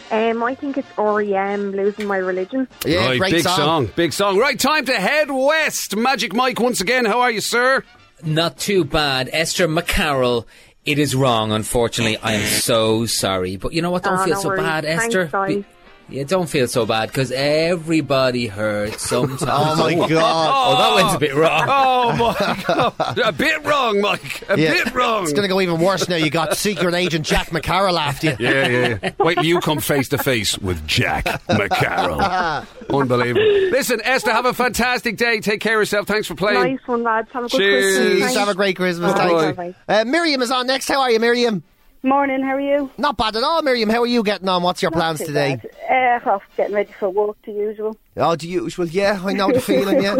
Speaker 7: Um, I think it's REM, Losing My Religion.
Speaker 1: right, big song. big song. Right, time to head west. Magic Mike, once again. How are you, sir?
Speaker 6: Not too bad. Esther McCarroll. It is wrong, unfortunately. I am so sorry. But you know what? Don't
Speaker 7: Oh,
Speaker 6: feel
Speaker 7: no
Speaker 6: so
Speaker 7: worries.
Speaker 6: bad,
Speaker 7: Thanks,
Speaker 6: Esther.
Speaker 7: guys.
Speaker 6: Be- yeah, don't feel so bad because everybody hurts sometimes.
Speaker 2: Oh my god!
Speaker 6: Oh, that went a bit wrong.
Speaker 1: Oh my god, a bit wrong, Mike. A
Speaker 2: Yeah.
Speaker 1: bit wrong.
Speaker 2: It's going to go even worse now. You got secret agent Jack McCarroll after you.
Speaker 1: yeah, yeah, yeah. Wait, till you come face to face with Jack McCarroll. Unbelievable. Listen, Esther, have a fantastic day. Take care of yourself. Thanks for playing.
Speaker 7: Nice one, lads. Have a good
Speaker 1: Cheers.
Speaker 7: Christmas.
Speaker 2: Please have a great Christmas.
Speaker 7: Bye.
Speaker 2: Thanks.
Speaker 7: Bye.
Speaker 2: Uh, Miriam is on next. How are you, Miriam?
Speaker 7: Morning, how are you?
Speaker 2: Not bad at all, Miriam. How are you getting on? What's your plans today?
Speaker 7: Uh, off getting ready for work, the usual.
Speaker 2: Oh, do you? Well, yeah, I know the feeling. Yeah.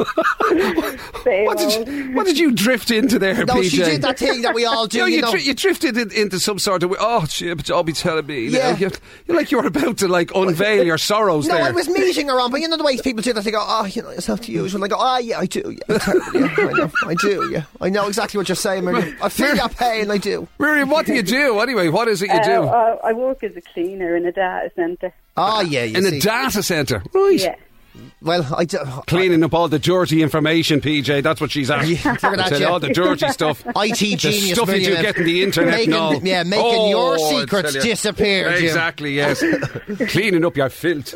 Speaker 7: Same
Speaker 1: What did,
Speaker 7: old.
Speaker 1: you, what did you drift into there,
Speaker 2: No,
Speaker 1: PJ?
Speaker 2: she did that thing that we all do.
Speaker 1: No, you,
Speaker 2: know.
Speaker 1: dri- you drifted in, into some sort of. Oh, gee, but I'll be telling me. you know,
Speaker 2: Yeah.
Speaker 1: you're, you're like you're about to like unveil your sorrows
Speaker 2: No,
Speaker 1: there.
Speaker 2: I was meeting her on, but you know the way people do that. They go, oh, you know, it's not the usual. I go, oh, yeah, I do. Yeah, I totally, yeah, I, know, I do. Yeah, I know exactly what you're saying. Miriam. I feel your pain. I do.
Speaker 1: Miriam, what do you do anyway? What is it you do
Speaker 8: Uh, I, I work as a cleaner in a data centre.
Speaker 2: Oh, yeah. You
Speaker 1: in
Speaker 2: see.
Speaker 1: a data center? Right,
Speaker 8: Yeah.
Speaker 2: well, I do.
Speaker 1: cleaning up all the dirty information, PJ. That's what she's after.
Speaker 2: Yeah, look at that,
Speaker 1: Tell you
Speaker 2: yeah.
Speaker 1: all the dirty stuff.
Speaker 2: IT
Speaker 1: the
Speaker 2: genius,
Speaker 1: stuff you do
Speaker 2: Miriam.
Speaker 1: get in the internet
Speaker 2: making,
Speaker 1: and all.
Speaker 2: Yeah, making
Speaker 1: Oh,
Speaker 2: your
Speaker 1: I
Speaker 2: secrets
Speaker 1: tell you.
Speaker 2: disappear. Jim.
Speaker 1: Exactly, yes. Cleaning up your filth.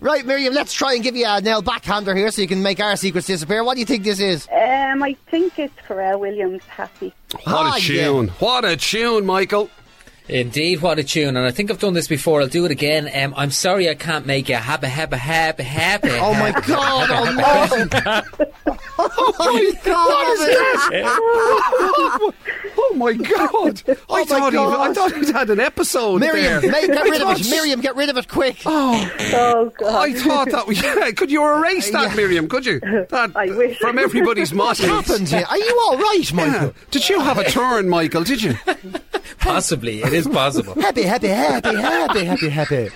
Speaker 2: Right, Miriam. Let's try and give you a nail backhander here, so you can make our secrets disappear. What do you think this is?
Speaker 8: Um, I think it's Pharrell Williams, Happy.
Speaker 1: What
Speaker 2: Ah,
Speaker 1: a
Speaker 2: yeah.
Speaker 1: tune. What a tune, Michael.
Speaker 6: Indeed, what a tune! And I think I've done this before. I'll do it again. Um, I'm sorry I can't make you happy, happy, happy, happy.
Speaker 2: Oh my God! Oh no! oh my God! What is
Speaker 1: Oh my god! I
Speaker 2: Oh, my
Speaker 1: thought he,
Speaker 2: God.
Speaker 1: I thought he'd had an episode.
Speaker 2: Miriam,
Speaker 1: there.
Speaker 2: mate, get rid
Speaker 1: I
Speaker 2: of
Speaker 1: thought-
Speaker 2: it. Miriam, get rid of it quick.
Speaker 8: Oh, God.
Speaker 1: I thought that. Yeah, could you erase that, Miriam? Could you? That,
Speaker 8: I wish.
Speaker 1: From everybody's mind.
Speaker 2: happened here? Are you all right,
Speaker 1: Yeah.
Speaker 2: Michael?
Speaker 1: Did you have a turn, Michael? Did you?
Speaker 6: Possibly, it is possible.
Speaker 2: Happy, happy, happy, happy, happy, happy.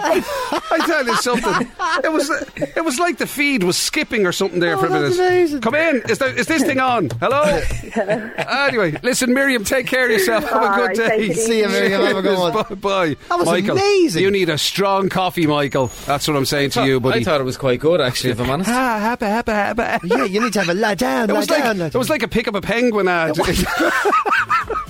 Speaker 1: I tell you something. It was it was like the feed was skipping or something there for a minute.
Speaker 2: Oh, that's amazing.
Speaker 1: Come in. Is, there, is this thing on? Hello. anyway, listen, Miriam. Take care of yourself. Have a
Speaker 8: All
Speaker 1: good
Speaker 8: right,
Speaker 1: day.
Speaker 8: take it See
Speaker 2: you, easy. Miriam. Have a good one.
Speaker 1: Bye bye.
Speaker 2: That was
Speaker 1: Michael,
Speaker 2: amazing.
Speaker 1: You need a strong coffee, Michael. That's what I'm saying to you, buddy.
Speaker 6: I thought it was quite good, actually, if I'm honest.
Speaker 1: ah, habba, habba, habba.
Speaker 2: Yeah, you need to have a lie down,
Speaker 1: It
Speaker 2: lie
Speaker 1: was, like,
Speaker 2: down. lie
Speaker 1: it was
Speaker 2: down.
Speaker 1: like a pick up a penguin ad.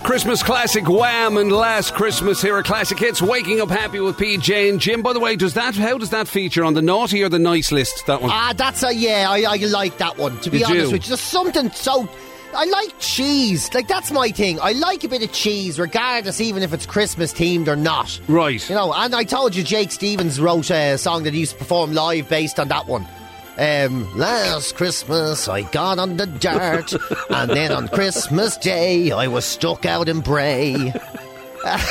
Speaker 1: Christmas classic Wham and Last Christmas here are classic hits. Waking up happy with PJ and Jim. By the way, does that how does that feature on the naughty or the nice list? That one.
Speaker 2: Ah, that's a yeah. I, I like that one. To be
Speaker 1: You
Speaker 2: honest
Speaker 1: do?
Speaker 2: with you, there's something so. I like cheese. Like that's my thing. I like a bit of cheese, regardless, even if it's Christmas themed or not.
Speaker 1: Right.
Speaker 2: You know, and I told you Jake Stevens wrote a song that he used to perform live based on that one. Um, last Christmas I got on the dirt, and then on Christmas Day I was stuck out in Bray.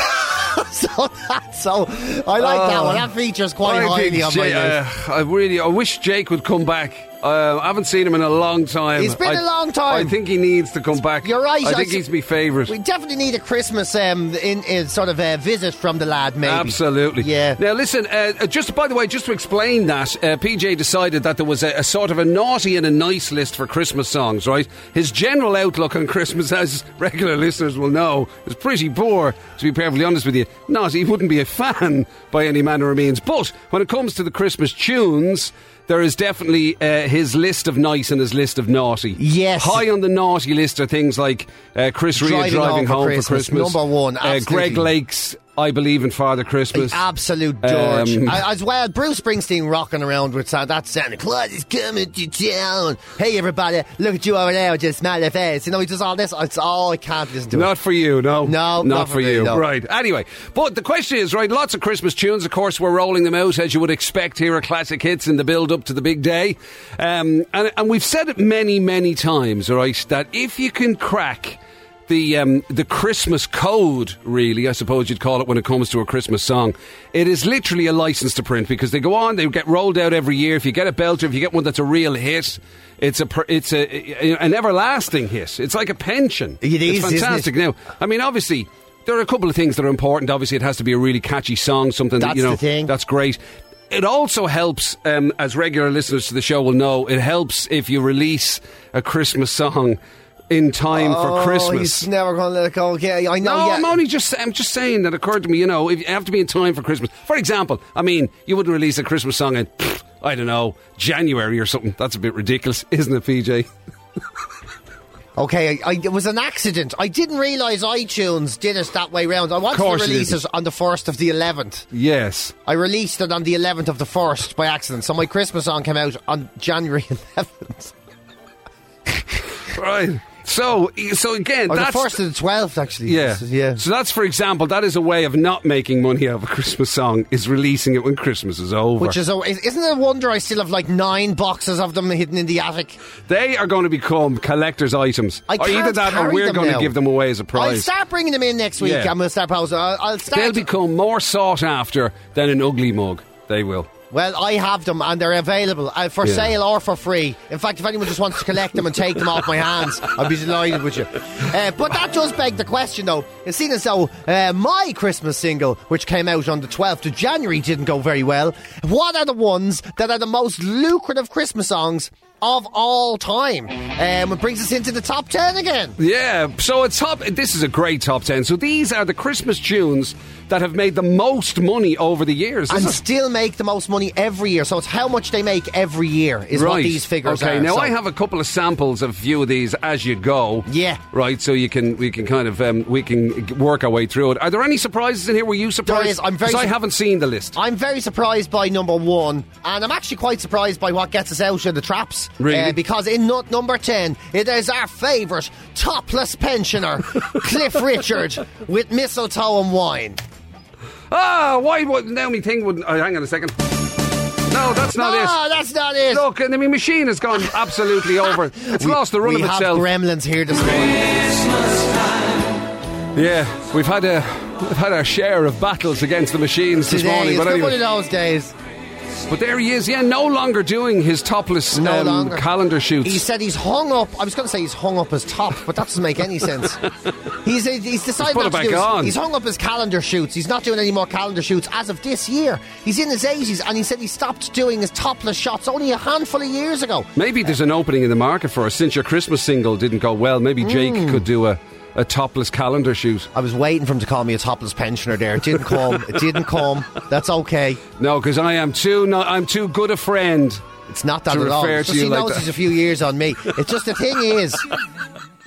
Speaker 2: so that, so I like that one. That features quite
Speaker 1: Oh. I
Speaker 2: highly
Speaker 1: think
Speaker 2: on my
Speaker 1: Ja-
Speaker 2: list.
Speaker 1: uh, I really, I wish Jake would come back. Uh, I haven't seen him in a long time.
Speaker 2: It's been
Speaker 1: I-
Speaker 2: a long time.
Speaker 1: I think he needs to come back.
Speaker 2: You're right,
Speaker 1: I
Speaker 2: I
Speaker 1: think
Speaker 2: s-
Speaker 1: he's my favourite.
Speaker 2: We definitely need a Christmas um, in, in sort of a visit from the lad, maybe.
Speaker 1: Absolutely.
Speaker 2: Yeah.
Speaker 1: Now, listen, uh, uh, just by the way, just to explain that, uh, PJ decided that there was a, a sort of a naughty and a nice list for Christmas songs, right? His general outlook on Christmas, as regular listeners will know, is pretty poor, to be perfectly honest with you. Not, he wouldn't be a fan by any manner or means. But when it comes to the Christmas tunes, there is definitely uh, his list of nice and his list of naughty.
Speaker 2: Yes.
Speaker 1: High on the naughty list are things like uh, Chris Rea driving,
Speaker 2: Driving Home for
Speaker 1: home for Christmas.
Speaker 2: Christmas, number one,
Speaker 1: Uh, Greg
Speaker 2: absolutely.
Speaker 1: Lake's I Believe in Father Christmas.
Speaker 2: Absolute George.
Speaker 1: Um,
Speaker 2: I- As well, Bruce Springsteen rocking around with Sa- that Santa Claus is coming to town. Hey, everybody, look at you over there with your smiley face. You know, he does all this. It's all, I can't listen to it.
Speaker 1: Not for you, no.
Speaker 2: No,
Speaker 1: not,
Speaker 2: not
Speaker 1: for,
Speaker 2: for me,
Speaker 1: you.
Speaker 2: no.
Speaker 1: Right. Anyway, but the question is, right, lots of Christmas tunes, of course, we're rolling them out as you would expect here at Classic Hits in the build up to the big day. Um, and, and we've said it many, many times, all right, that if you can crack the um, the Christmas code, really, I suppose you'd call it when it comes to a Christmas song. It is literally a license to print because they go on, they get rolled out every year. If you get a belter, if you get one that's a real hit, it's a pr- it's a, an everlasting hit. It's like a pension.
Speaker 2: It is,
Speaker 1: It's
Speaker 2: isn't it?
Speaker 1: fantastic. Now, I mean, obviously, there are a couple of things that are important. Obviously, it has to be a really catchy song, something that
Speaker 2: That's
Speaker 1: you know
Speaker 2: the thing.
Speaker 1: that's great. It also helps, um, as regular listeners to the show will know, it helps if you release a Christmas song in time for
Speaker 2: Oh,
Speaker 1: Christmas.
Speaker 2: he's never going to let it go. Okay, I know.
Speaker 1: No,
Speaker 2: yeah.
Speaker 1: I'm only just. I'm just saying that occurred to me. You know, if you have to be in time for Christmas. For example, I mean, you wouldn't release a Christmas song in, pfft, I don't know, January or something. That's a bit ridiculous, isn't it, PJ?
Speaker 2: Okay, I, I, it was an accident. I didn't realise iTunes did it that way round. I wanted
Speaker 1: Course
Speaker 2: to
Speaker 1: you
Speaker 2: release
Speaker 1: didn't.
Speaker 2: it on the 1st of the 11th.
Speaker 1: Yes.
Speaker 2: I released it on the 11th of the 1st by accident, so my Christmas song came out on January 11th.
Speaker 1: Right. So, e, so again,
Speaker 2: Or
Speaker 1: that's
Speaker 2: the 1st of the 12th, actually.
Speaker 1: Yeah.
Speaker 2: This is- yeah.
Speaker 1: So that's, for example, that is a way of not making money out of a Christmas song, is releasing it when Christmas is over.
Speaker 2: Which is, a, is- isn't it a wonder I still have like nine boxes of them hidden in the attic?
Speaker 1: they are going to become collector's items.
Speaker 2: I
Speaker 1: or either
Speaker 2: can't
Speaker 1: that or
Speaker 2: carry
Speaker 1: we're
Speaker 2: them
Speaker 1: going to
Speaker 2: now.
Speaker 1: give them away as a
Speaker 2: I'll
Speaker 1: prize.
Speaker 2: start bringing them in next week.
Speaker 1: Yeah.
Speaker 2: I'm going to start posting. I'll, I'll start.
Speaker 1: They'll become more sought after than an ugly mug. They will.
Speaker 2: well, I have them and they're available uh, for
Speaker 1: Yeah.
Speaker 2: sale or for free. In fact, if anyone just wants to collect them and take them off my hands, I'd be delighted with you. Uh, but that does beg the question, though. It's seen as though uh, my Christmas single, which came out on the 12th of January, didn't go very well. What are the ones that are the most lucrative Christmas songs? Of all time, um, it brings us into the top ten again.
Speaker 1: Yeah, so a top. This is a great top ten. So these are the Christmas tunes that have made the most money over the years.
Speaker 2: and
Speaker 1: This is-
Speaker 2: still make the most money every year. So it's how much they make every year is what these figures
Speaker 1: okay,
Speaker 2: are.
Speaker 1: now
Speaker 2: So-
Speaker 1: I have a couple of samples of few of these as you go.
Speaker 2: Yeah.
Speaker 1: Right, so you can we can kind of um, we can g- work our way through it. Are there any surprises in here? Were you surprised?
Speaker 2: is. I'm very
Speaker 1: 'Cause I
Speaker 2: sur-
Speaker 1: haven't seen the list.
Speaker 2: I'm very surprised by number one, and I'm actually quite surprised by what gets us out of the traps. uh,
Speaker 1: Really?
Speaker 2: because in nut number 10, it is our favourite topless pensioner, Cliff Richard, with mistletoe and wine.
Speaker 1: Ah, why would now me thing wouldn't? Oh, hang on a second. No, that's not
Speaker 2: no,
Speaker 1: it.
Speaker 2: that's not it.
Speaker 1: Look, and I mean, machine has gone absolutely over. It's
Speaker 2: we,
Speaker 1: lost the run
Speaker 2: we
Speaker 1: of
Speaker 2: have
Speaker 1: itself.
Speaker 2: gremlins here this morning.
Speaker 1: yeah, we've had a we've had our share of battles against the machines this
Speaker 2: Today,
Speaker 1: morning.
Speaker 2: it's
Speaker 1: But
Speaker 2: been one of
Speaker 1: anyway,
Speaker 2: those days.
Speaker 1: But there he is, yeah, no longer doing his topless
Speaker 2: No
Speaker 1: um,
Speaker 2: longer.
Speaker 1: calendar shoots.
Speaker 2: He said he's hung up. I was going to say he's hung up his top, but that doesn't make any sense. He's he's decided
Speaker 1: Put
Speaker 2: not
Speaker 1: it
Speaker 2: to
Speaker 1: back
Speaker 2: do his-
Speaker 1: on.
Speaker 2: He's hung up his calendar shoots. He's not doing any more calendar shoots as of this year. He's in his eighties, and he said he stopped doing his topless shots only a handful of years ago.
Speaker 1: Maybe there's an opening in the market for us. Since your Christmas single didn't go well, maybe Jake could do a, a topless calendar shoot.
Speaker 2: I was waiting for him to call me a topless pensioner. There, it didn't come. It didn't come. That's okay.
Speaker 1: No, because I am too no, I'm too good a friend.
Speaker 2: It's not that
Speaker 1: To
Speaker 2: at all.
Speaker 1: refer
Speaker 2: It's
Speaker 1: to
Speaker 2: just
Speaker 1: you
Speaker 2: he
Speaker 1: like
Speaker 2: knows
Speaker 1: that.
Speaker 2: he's a few years on me. It's just the thing is,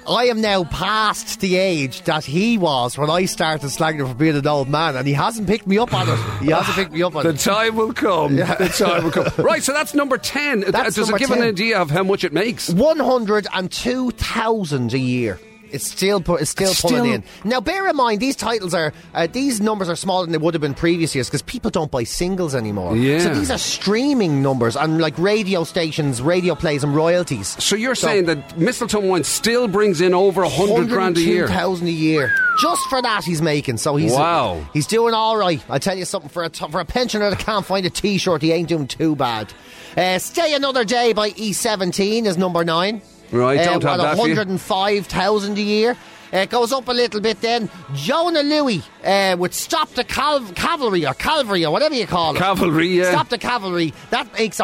Speaker 2: I am now past the age that he was when I started slagging him for being an old man, and he hasn't picked me up on it. He hasn't picked me up on
Speaker 1: The
Speaker 2: it.
Speaker 1: time will come. The time will come. Right, so that's number ten. That-
Speaker 2: That's
Speaker 1: Does
Speaker 2: number
Speaker 1: it give
Speaker 2: 10.
Speaker 1: an idea of how much it makes?
Speaker 2: One hundred and two thousand a year. It's still pu- it's still
Speaker 1: It's
Speaker 2: pulling
Speaker 1: still-
Speaker 2: in. Now, bear in mind these titles are uh, these numbers are smaller than they would have been previous years because people don't buy singles anymore.
Speaker 1: Yeah.
Speaker 2: So these are streaming numbers and like radio stations, radio plays, and royalties.
Speaker 1: So you're saying that mistletoe wine still brings in over a hundred grand a year?
Speaker 2: 102,000 a year. Just for that he's making. So he's
Speaker 1: Wow.
Speaker 2: he's doing all right. I tell you something for a t- for a pensioner that can't find a t-shirt, he ain't doing too bad. Uh, Stay another day by E17 is number 9.
Speaker 1: Right,
Speaker 2: uh,
Speaker 1: don't have
Speaker 2: at
Speaker 1: that for you.
Speaker 2: 105,000 a year. Uh, It goes up a little bit then. Jonah Louis uh, would stop the cal- cavalry or cavalry or whatever you call it.
Speaker 1: Cavalry, yeah.
Speaker 2: Stop the cavalry. That makes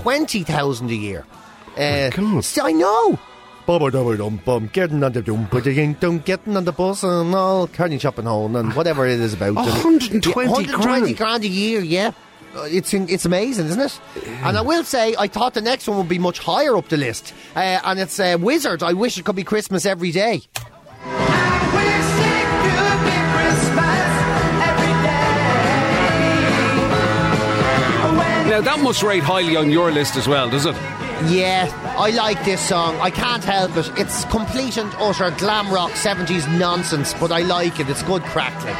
Speaker 2: 120,000 a year. Uh,
Speaker 1: God.
Speaker 2: so I know. Bubba dubba dum bum, getting on the dum ba ding dum, getting on the bus and all carney chopping hole and whatever it is about.
Speaker 1: 120
Speaker 2: 120
Speaker 1: grand.
Speaker 2: grand a year, yeah. Uh, It's in, it's amazing, isn't it? And I will say, I thought the next one would be much higher up the list, uh, and it's uh, Wizard. I wish it could be Christmas every day.
Speaker 1: Now that must rate highly on your list as well, does it?
Speaker 2: Yeah, I like this song. I can't help it. It's complete and utter glam rock 70s nonsense, but I like it. It's good crackling.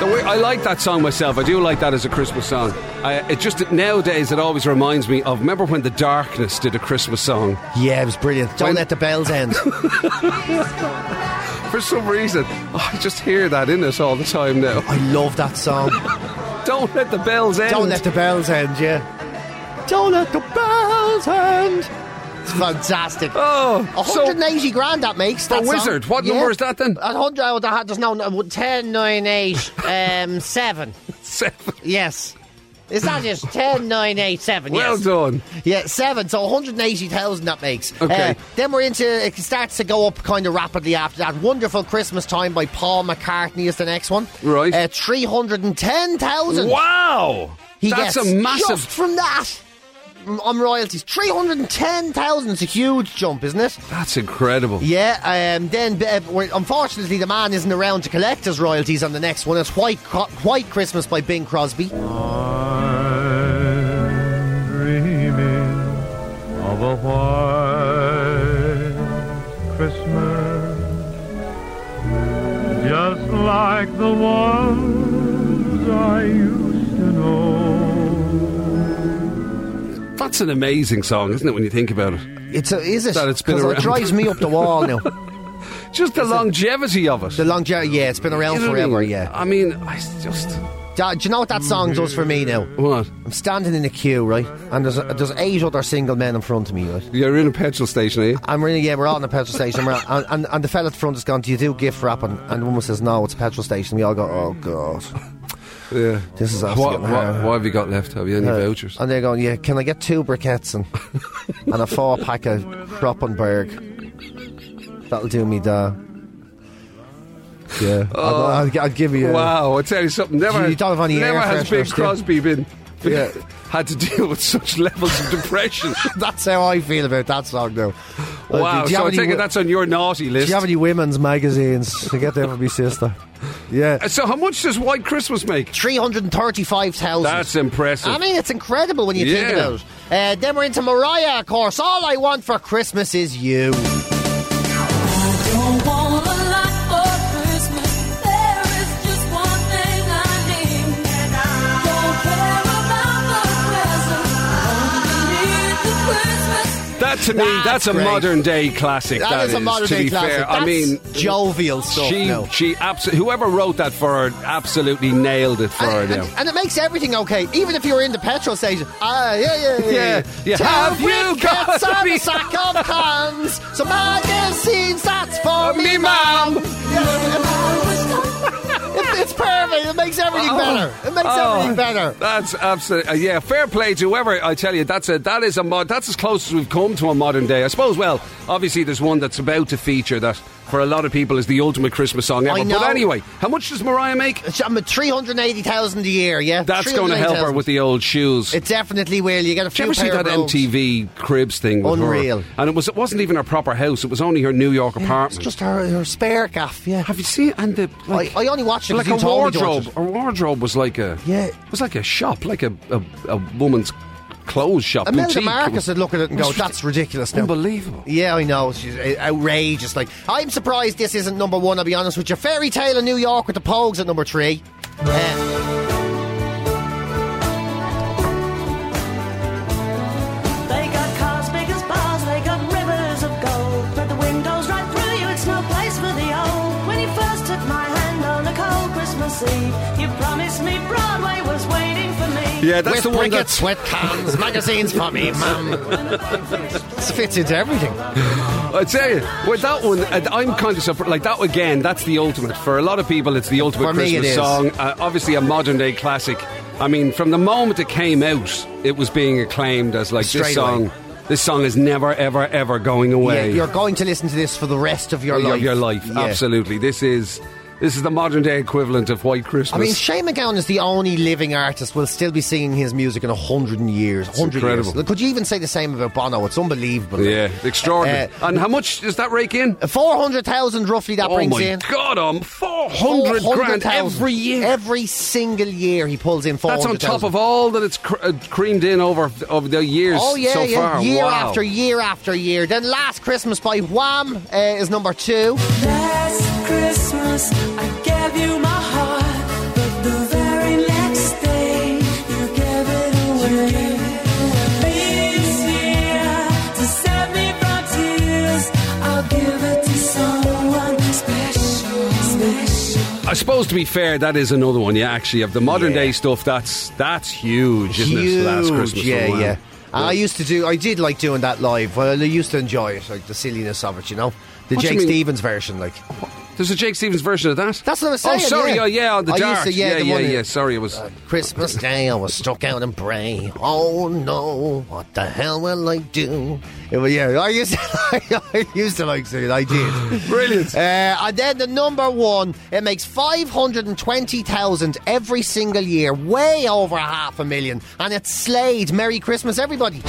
Speaker 1: The way- I like that song myself. I do like that as a Christmas song. I, it just nowadays it always reminds me of remember when the Darkness did a Christmas song.
Speaker 2: Yeah, it was brilliant. Don't
Speaker 1: When-
Speaker 2: let the bells end.
Speaker 1: For some reason, oh, I just hear that in it all the time now.
Speaker 2: I love that song.
Speaker 1: Don't let the bells end.
Speaker 2: Don't let the bells end, yeah. Don't let the bells end. It's fantastic.
Speaker 1: Oh, so
Speaker 2: 180 grand that makes.
Speaker 1: For
Speaker 2: that song.
Speaker 1: Wizard, what number is that then?
Speaker 2: 100, oh, there ha- there's no, no, 10, 9, 8, um, 7.
Speaker 1: seven.
Speaker 2: Yes. Is that it? 10, 9, 8, 7.
Speaker 1: Well
Speaker 2: yes.
Speaker 1: done.
Speaker 2: Yeah, seven. So 180,000 that makes. Uh,
Speaker 1: Okay.
Speaker 2: then we're into, it starts to go up kind of rapidly after that. Wonderful Christmas Time by Paul McCartney is the next one.
Speaker 1: Right.
Speaker 2: Uh, 310,000.
Speaker 1: Wow.
Speaker 2: He
Speaker 1: That's
Speaker 2: gets
Speaker 1: a massive.
Speaker 2: Just from that. m- On royalties, 310,000 is a huge jump, isn't it?
Speaker 1: That's incredible.
Speaker 2: Yeah, um, then uh, we're- unfortunately the man isn't around to collect his royalties on the next one. It's White Cro- White Christmas by Bing Crosby.
Speaker 1: That's an amazing song, isn't it, when you think about it?
Speaker 2: It's a, is it?
Speaker 1: That it's been
Speaker 2: 'Cause
Speaker 1: around.
Speaker 2: It drives me up the wall now.
Speaker 1: Just the longevity of it.
Speaker 2: The long jar, yeah, it's been around
Speaker 1: You know what I
Speaker 2: forever.
Speaker 1: mean?
Speaker 2: Yeah.
Speaker 1: I mean, I just.
Speaker 2: Da- do you know what that song does for me now?
Speaker 1: What?
Speaker 2: I'm standing in a queue, right, and there's there's eight other single men in front of me, right.
Speaker 1: You're in a petrol station, are you?
Speaker 2: And we're in, yeah, we're all in a petrol station. We're all- and, and, and the fella at the front has gone, Do you do gift wrapping? And the woman says, No, it's a petrol station. We all go, Oh, God.
Speaker 1: Yeah.
Speaker 2: This is absolutely
Speaker 1: What, what, what have you got left? Have you any vouchers?
Speaker 2: And they're going, yeah, can I get two briquettes and, and a four pack of Kroppenberg? That'll do me, da. Yeah, I'll, I'll, I'll give you.
Speaker 1: Oh. Wow, I tell you something. Never,
Speaker 2: You don't have any
Speaker 1: never
Speaker 2: air
Speaker 1: has
Speaker 2: fresheners,
Speaker 1: Big
Speaker 2: do you?
Speaker 1: Crosby been, been-
Speaker 2: Yeah.
Speaker 1: had to deal with such levels of depression.
Speaker 2: That's how I feel about that song, though. Uh,
Speaker 1: wow,
Speaker 2: do you
Speaker 1: so
Speaker 2: have
Speaker 1: I
Speaker 2: any
Speaker 1: take it
Speaker 2: wo-
Speaker 1: that's on your naughty
Speaker 2: Do
Speaker 1: list.
Speaker 2: you have any women's magazines? to get them for me sister. Yeah,
Speaker 1: so how much does White Christmas make?
Speaker 2: three hundred and thirty-five thousand.
Speaker 1: That's impressive.
Speaker 2: I mean, it's incredible when you
Speaker 1: Yeah.
Speaker 2: think about it. Uh, then we're into Mariah, of course. All I want for Christmas is you.
Speaker 9: Don't want a lot for Christmas. There is just one thing I need. Don't care about the presents. Only need the Christmas.
Speaker 1: That's to me, that's,
Speaker 2: That's
Speaker 1: a
Speaker 2: great.
Speaker 1: modern day classic.
Speaker 2: That is a modern
Speaker 1: to
Speaker 2: day
Speaker 1: be
Speaker 2: classic.
Speaker 1: Fair. I
Speaker 2: That's
Speaker 1: mean,
Speaker 2: jovial stuff
Speaker 1: She,
Speaker 2: now.
Speaker 1: she, abso- whoever wrote that for her, absolutely nailed it for her.
Speaker 2: And,
Speaker 1: Now,
Speaker 2: and, and it makes everything okay, even if you're in the petrol station. Ah, yeah, yeah, yeah.
Speaker 1: Yeah, yeah.
Speaker 2: Two
Speaker 1: Have you
Speaker 2: wickets
Speaker 1: got
Speaker 2: and
Speaker 1: me-
Speaker 2: a sack of cans. Some magazines, that's for me,
Speaker 1: ma'am.
Speaker 2: It- it's perfect. It makes everything better. It makes
Speaker 1: Oh,
Speaker 2: everything better.
Speaker 1: That's absolutely uh, yeah. Fair play to whoever. I tell you, that's a that is a mod. That's as close as we've come to a modern day. I suppose. Well, obviously, there's one that's about to feature that for a lot of people is the ultimate Christmas song ever.
Speaker 2: know.
Speaker 1: But anyway, how much does Mariah make?
Speaker 2: It's- I'm at 380,000 a year, yeah?
Speaker 1: That's going to help her
Speaker 2: 380,000.
Speaker 1: with the old shoes.
Speaker 2: It definitely will. You get a
Speaker 1: Did you
Speaker 2: few
Speaker 1: ever see
Speaker 2: pair
Speaker 1: that
Speaker 2: of brogues.
Speaker 1: MTV Cribs thing? With her?
Speaker 2: Unreal.
Speaker 1: And it was it wasn't even her proper house. It was only her New York
Speaker 2: It's
Speaker 1: apartment.
Speaker 2: just her, her spare gaff, yeah.
Speaker 1: Have you seen? And the like,
Speaker 2: I- I only watched it 'cause
Speaker 1: like
Speaker 2: you
Speaker 1: a
Speaker 2: told me to watch
Speaker 1: wardrobe.
Speaker 2: it.
Speaker 1: Her wardrobe was like a
Speaker 2: Yeah.
Speaker 1: It was like a shop, like a a, a woman's clothes shop.
Speaker 2: Imelda
Speaker 1: boutique. It
Speaker 2: Marcus
Speaker 1: was
Speaker 2: would look at it and go, that's ridiculous now.
Speaker 1: unbelievable.
Speaker 2: Yeah, I know. She's uh, outrageous. Like, I'm surprised this isn't number one, I'll be honest with you. Fairy Tale in New York with the Pogues at number three. Uh,
Speaker 9: They got cars big as bars, they got rivers of gold. But the windows right through you, it's no place for the old. When you first took my hand on a cold Christmas Eve, you promised me Broadway was waiting for me.
Speaker 1: Yeah, that's
Speaker 2: with
Speaker 1: the one
Speaker 2: briquettes,
Speaker 1: that's
Speaker 2: with cans, magazines for me, mum. This fits into everything.
Speaker 1: I tell you, with that one, uh, I'm kind of surprised. Like that again, that's the ultimate. For a lot of people, it's the ultimate
Speaker 2: For me,
Speaker 1: Christmas
Speaker 2: it is.
Speaker 1: song. Uh, obviously, a modern day classic. I mean, from the moment it came out, it was being acclaimed as like this
Speaker 2: Straight
Speaker 1: song.
Speaker 2: away.
Speaker 1: This song is never, ever, ever going
Speaker 2: Yeah,
Speaker 1: away.
Speaker 2: you're going to listen to this for the rest of your
Speaker 1: of
Speaker 2: life.
Speaker 1: your life.
Speaker 2: Yeah.
Speaker 1: Absolutely, this is this is the modern day equivalent of White Christmas.
Speaker 2: I mean, Shane McGowan is the only living artist we'll still be singing his music in a hundred years. Hundred years.
Speaker 1: incredible.
Speaker 2: Look, Could you even say the same about Bono? It's unbelievable.
Speaker 1: yeah, extraordinary.
Speaker 2: Uh,
Speaker 1: and how much does that rake in?
Speaker 2: Four hundred thousand, roughly, that
Speaker 1: Oh
Speaker 2: brings
Speaker 1: my
Speaker 2: in.
Speaker 1: God, um, four hundred grand
Speaker 2: 400,000.
Speaker 1: every year.
Speaker 2: Every single year, he pulls in four
Speaker 1: That's
Speaker 2: hundred.
Speaker 1: on top of all that it's cr- uh, creamed in over over the years
Speaker 2: Oh yeah,
Speaker 1: so
Speaker 2: yeah.
Speaker 1: far.
Speaker 2: year
Speaker 1: Wow.
Speaker 2: after year after year. Then Last Christmas by Wham uh, is number two.
Speaker 9: Last Christmas, I gave you my heart, but the very next day, you gave it away. Please, here to save me from tears, I'll give it to someone special, special.
Speaker 1: I suppose to be fair, that is another one. Yeah, actually, of the modern day stuff, that's that's huge, isn't
Speaker 2: Huge,
Speaker 1: it? Last Christmas,
Speaker 2: yeah,
Speaker 1: Oh, wow.
Speaker 2: yeah. And I used to do. I did like doing that live. Well, I used to enjoy it, like the silliness of it. You know, the
Speaker 1: What do you
Speaker 2: Jake
Speaker 1: mean?
Speaker 2: Stevens version, like.
Speaker 1: There's a Jake Stevens version of that.
Speaker 2: That's what I was saying,
Speaker 1: Oh, sorry.
Speaker 2: yeah.
Speaker 1: Oh, yeah, on the
Speaker 2: I used
Speaker 1: dark.
Speaker 2: to- yeah,
Speaker 1: yeah,
Speaker 2: the
Speaker 1: yeah,
Speaker 2: one-
Speaker 1: yeah. Sorry, it was.
Speaker 2: Christmas Day, I was stuck out in Bray. Oh no, what the hell will I do? It was, yeah, I used to, I used to like singing. I did.
Speaker 1: Brilliant.
Speaker 2: Uh, and then the number one, it makes five hundred and twenty thousand every single year, way over half a million, and it's Slade. Merry Christmas, everybody.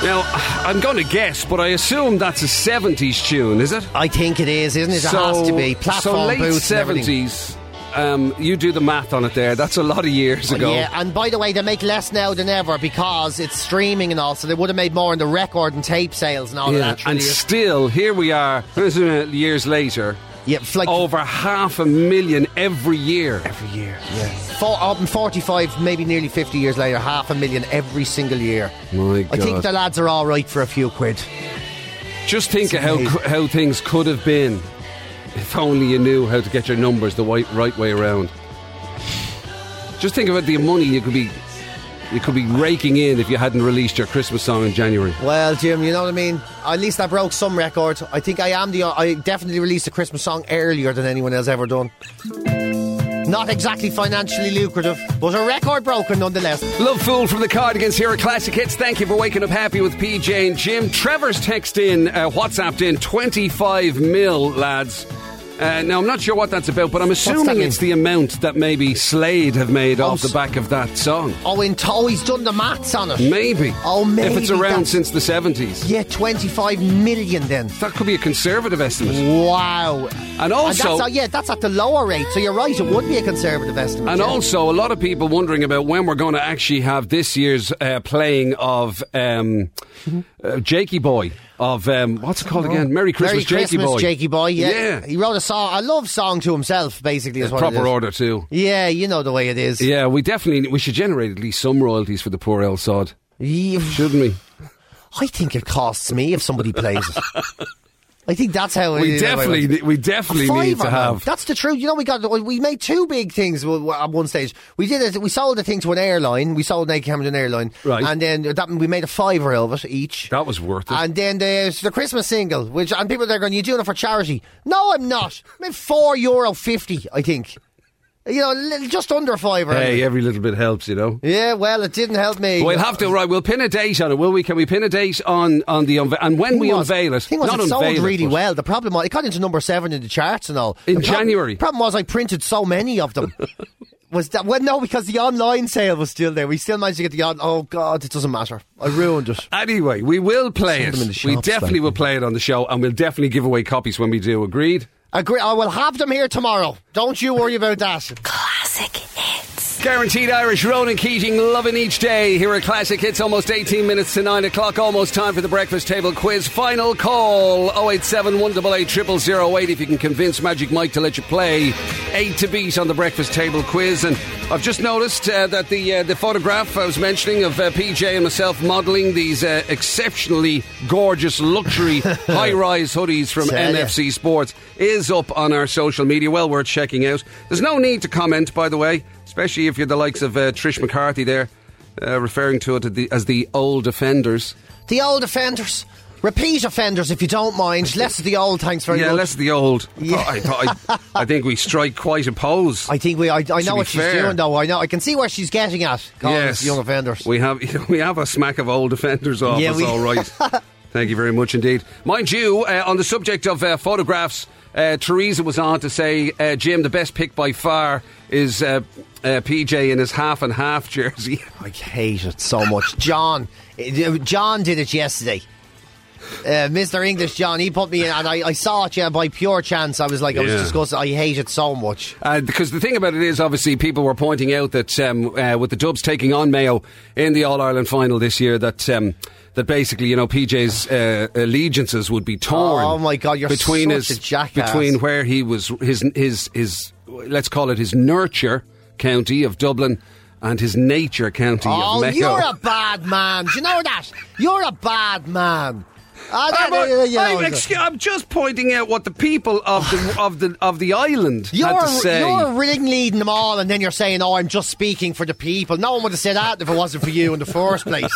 Speaker 1: Now, I'm going to guess, but I assume that's a 70s tune, is it?
Speaker 2: I think it is, isn't it? It has to be. Platform
Speaker 1: so late
Speaker 2: boots and everything.
Speaker 1: 70s. Um, you do the math on it there. That's a lot of years ago.
Speaker 2: Oh, Yeah, and by the way, they make less now than ever because it's streaming and all, so they would have made more in the record and tape sales and all
Speaker 1: Yeah,
Speaker 2: of that.
Speaker 1: and
Speaker 2: Oh, really.
Speaker 1: still, here we are, years later,
Speaker 2: yeah, it's like
Speaker 1: over half a million every year. Every year.
Speaker 2: four, um, 45, maybe nearly 50 years later, half a million every single year.
Speaker 1: My
Speaker 2: I think
Speaker 1: God.
Speaker 2: the lads are all right for a few quid.
Speaker 1: Just think of
Speaker 2: It's
Speaker 1: how,
Speaker 2: amazing.
Speaker 1: how things could have been if only you knew how to get your numbers the right, right way around. Just think about the money you could be you could be raking in if you hadn't released your Christmas song in January.
Speaker 2: Well, Jim, you know what I mean? At least I broke some records. I think I am the. uh, I definitely released a Christmas song earlier than anyone else ever done. Not exactly financially lucrative, but a record broken nonetheless.
Speaker 1: Love Fool from the Cardigans here at Classic Hits. Thank you for waking up happy with PJ and Jim. Trevor's text in, uh, WhatsApped in 25 mil, lads. Uh, now, I'm not sure what that's about, but I'm assuming
Speaker 2: mean?
Speaker 1: it's the amount that maybe Slade have made off the
Speaker 2: s-
Speaker 1: back of that song.
Speaker 2: Oh, in oh, he's done the maths on it.
Speaker 1: Maybe.
Speaker 2: Oh, maybe
Speaker 1: If it's around
Speaker 2: that's-
Speaker 1: since the 70s.
Speaker 2: Yeah, 25 million then.
Speaker 1: That could be a conservative estimate.
Speaker 2: Wow.
Speaker 1: And also-
Speaker 2: that's, uh, yeah, that's at the lower rate, so you're right, it would be a conservative estimate.
Speaker 1: And
Speaker 2: yeah.
Speaker 1: also, a lot of people wondering about when we're going to actually have this year's uh, playing of um, uh, Jakey Boy. Of um, what's it called again? Merry
Speaker 2: Oh. Merry
Speaker 1: Christmas, Jakey
Speaker 2: Christmas,
Speaker 1: Boy.
Speaker 2: Jakey Boy. Yeah.
Speaker 1: Yeah.
Speaker 2: he wrote a song, a love song to himself, basically. Is what it
Speaker 1: Proper
Speaker 2: is.
Speaker 1: order too.
Speaker 2: Yeah, you know the way it is.
Speaker 1: Yeah, we definitely we should generate at least some royalties for the poor El Sod,
Speaker 2: Yeah.
Speaker 1: shouldn't we?
Speaker 2: I think it costs me if somebody plays it. I think that's how it
Speaker 1: We
Speaker 2: is.
Speaker 1: definitely ne- we
Speaker 2: A
Speaker 1: definitely need
Speaker 2: fiver,
Speaker 1: to
Speaker 2: man.
Speaker 1: have.
Speaker 2: That's the truth. You know, we got we made two big things w- w- at one stage. We did it. We sold the thing to an airline. We sold Nike Cameron to an airline,
Speaker 1: Right.
Speaker 2: And then that we made a fiver of it each.
Speaker 1: That was worth it.
Speaker 2: And then there's the Christmas single, which and people are going, "You doing it for charity?" No, I'm not. I mean, four euro fifty, I think. You know, li- just under a fiver.
Speaker 1: hey, every little bit helps, you know.
Speaker 2: Yeah, well, it didn't help me.
Speaker 1: We'll have to right. We'll pin a date on it, will we? Can we pin a date on on the unve- and when we
Speaker 2: Thing was-
Speaker 1: unveil it?
Speaker 2: Thing was,
Speaker 1: not
Speaker 2: it sold
Speaker 1: unveil
Speaker 2: really
Speaker 1: but-
Speaker 2: well. The problem was, it got into number seven in the charts and all.
Speaker 1: In
Speaker 2: The prob-
Speaker 1: January.
Speaker 2: problem was, I printed so many of them. was that well? No, because the online sale was still there. We still managed to get the on. Oh God, it doesn't matter. I ruined it.
Speaker 1: Anyway, we will play
Speaker 2: Sold
Speaker 1: it.
Speaker 2: them in the
Speaker 1: we
Speaker 2: shops,
Speaker 1: definitely
Speaker 2: like.
Speaker 1: will play it on the show, and we'll definitely give away copies when we do. Agreed.
Speaker 2: Agree. I will have them here tomorrow. Don't you worry about that.
Speaker 4: Classic Hits.
Speaker 1: Guaranteed Irish Ronan Keating, loving each day. Here at Classic Hits, almost 18 minutes to 9 o'clock, almost time for the breakfast table quiz. Final call 087 188 0008 if you can convince Magic Mike to let you play 8 to beat on the breakfast table quiz. And I've just noticed uh, that the uh, the photograph I was mentioning of uh, PJ and myself modelling these uh, exceptionally gorgeous luxury high rise hoodies from
Speaker 2: Tell ya.
Speaker 1: NFC. BBC Sports is up on our social media. Well worth checking out. There's no need to comment, by the way, especially if you're the likes of uh, Trish McCarthy there, uh, referring to it as the, as the old offenders.
Speaker 2: The old offenders, repeat offenders, if you don't mind. Less of the old, thanks very
Speaker 1: yeah,
Speaker 2: much.
Speaker 1: less the old. I
Speaker 2: Yeah.
Speaker 1: thought- I, thought I, I think we strike quite a pose.
Speaker 2: I think we. I, I
Speaker 1: be
Speaker 2: know what she's
Speaker 1: fair.
Speaker 2: doing though. I know. I can see where she's getting at. calling us
Speaker 1: yes,
Speaker 2: young offenders.
Speaker 1: We have we have a smack of old offenders off
Speaker 2: Yeah,
Speaker 1: us,
Speaker 2: we-
Speaker 1: all right. Thank you very much indeed. Mind you, uh, on the subject of uh, photographs, uh, Teresa was on to say, uh, Jim, the best pick by far is uh, uh, PJ in his half and half jersey.
Speaker 2: I hate it so much. John, uh, John did it yesterday. Uh, Mr. English John, he put me in, and I, I saw it. Yeah, by pure chance, I was like, I was
Speaker 1: Yeah.
Speaker 2: disgusted. I hate it so much.
Speaker 1: Uh, because the thing about it is, obviously, people were pointing out that um, uh, with the Dubs taking on Mayo in the All Ireland final this year, that um, that basically, you know, PJ's uh, allegiances would be torn.
Speaker 2: Oh, my God, you're
Speaker 1: between
Speaker 2: such
Speaker 1: his
Speaker 2: a jackass.
Speaker 1: between where he was his his his let's call it his nurture county of Dublin and his nature county
Speaker 2: Oh,
Speaker 1: of Mayo.
Speaker 2: you're a bad man. Do you know that? You're a bad man. I
Speaker 1: I'm,
Speaker 2: don't-
Speaker 1: a-
Speaker 2: uh, you know,
Speaker 1: I'm excu- I'm just pointing out what the people of the of the of the island had
Speaker 2: you're,
Speaker 1: to say.
Speaker 2: you're ringleading them all, and then you're saying, "Oh, I'm just speaking for the people." No one would have said that if it wasn't for you in the first place,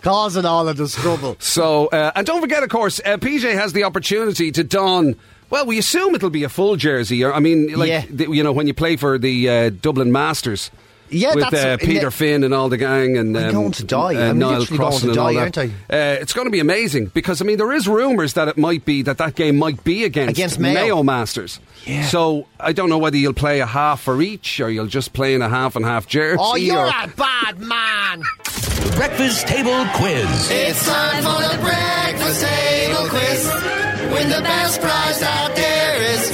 Speaker 2: causing all of this trouble.
Speaker 1: So, uh, and don't forget, of course, uh, PJ has the opportunity to don. Well, we assume it'll be a full jersey. Or, I mean, like
Speaker 2: Yeah.
Speaker 1: the, you know, when you play for the uh, Dublin Masters.
Speaker 2: Yeah,
Speaker 1: with
Speaker 2: that's-
Speaker 1: uh, Peter Finn and all the gang, and um, uh,
Speaker 2: I'm going to die. I'm
Speaker 1: Niall
Speaker 2: literally going
Speaker 1: Crossan
Speaker 2: to
Speaker 1: and all
Speaker 2: die,
Speaker 1: that.
Speaker 2: aren't I?
Speaker 1: Uh, it's going to be amazing because I mean there is rumours that it might be that that game might be against,
Speaker 2: Against Mayo.
Speaker 1: Masters. So I don't know whether you'll play a half for each or you'll just play in a half and half jersey.
Speaker 2: Oh, you're
Speaker 1: or-
Speaker 2: a bad man.
Speaker 5: Breakfast Table Quiz.
Speaker 2: It's time for the breakfast table quiz. Win the best prize out there is.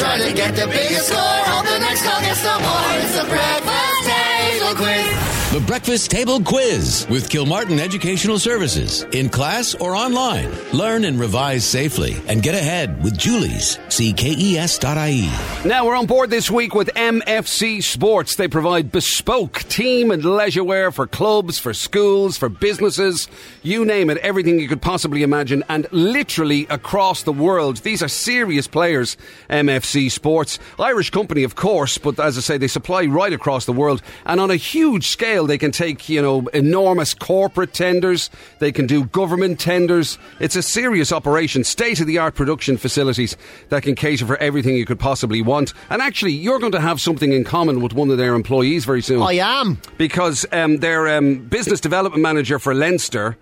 Speaker 2: Try to get the biggest score. Hope the next call gets the more. It's the breakfast table quiz.
Speaker 5: The Breakfast Table Quiz with Kilmartin Educational Services. In class or online. Learn and revise safely and get ahead with Julie's. E See KES.ie.
Speaker 1: Now we're on board this week with MFC Sports. They provide bespoke team and leisure wear for clubs, for schools, for businesses, you name it, everything you could possibly imagine, and literally across the world. These are serious players, MFC Sports. Irish company, of course, but as I say, they supply right across the world. And on a huge scale, they can take, you know, enormous corporate tenders, they can do government tenders. It's a serious operation, state of the art production facilities that can cater for everything you could possibly want. And actually, you're going to have something in common with one of their
Speaker 2: Oh,
Speaker 1: employees very soon.
Speaker 2: I am.
Speaker 1: Because um, their um, business development manager for Leinster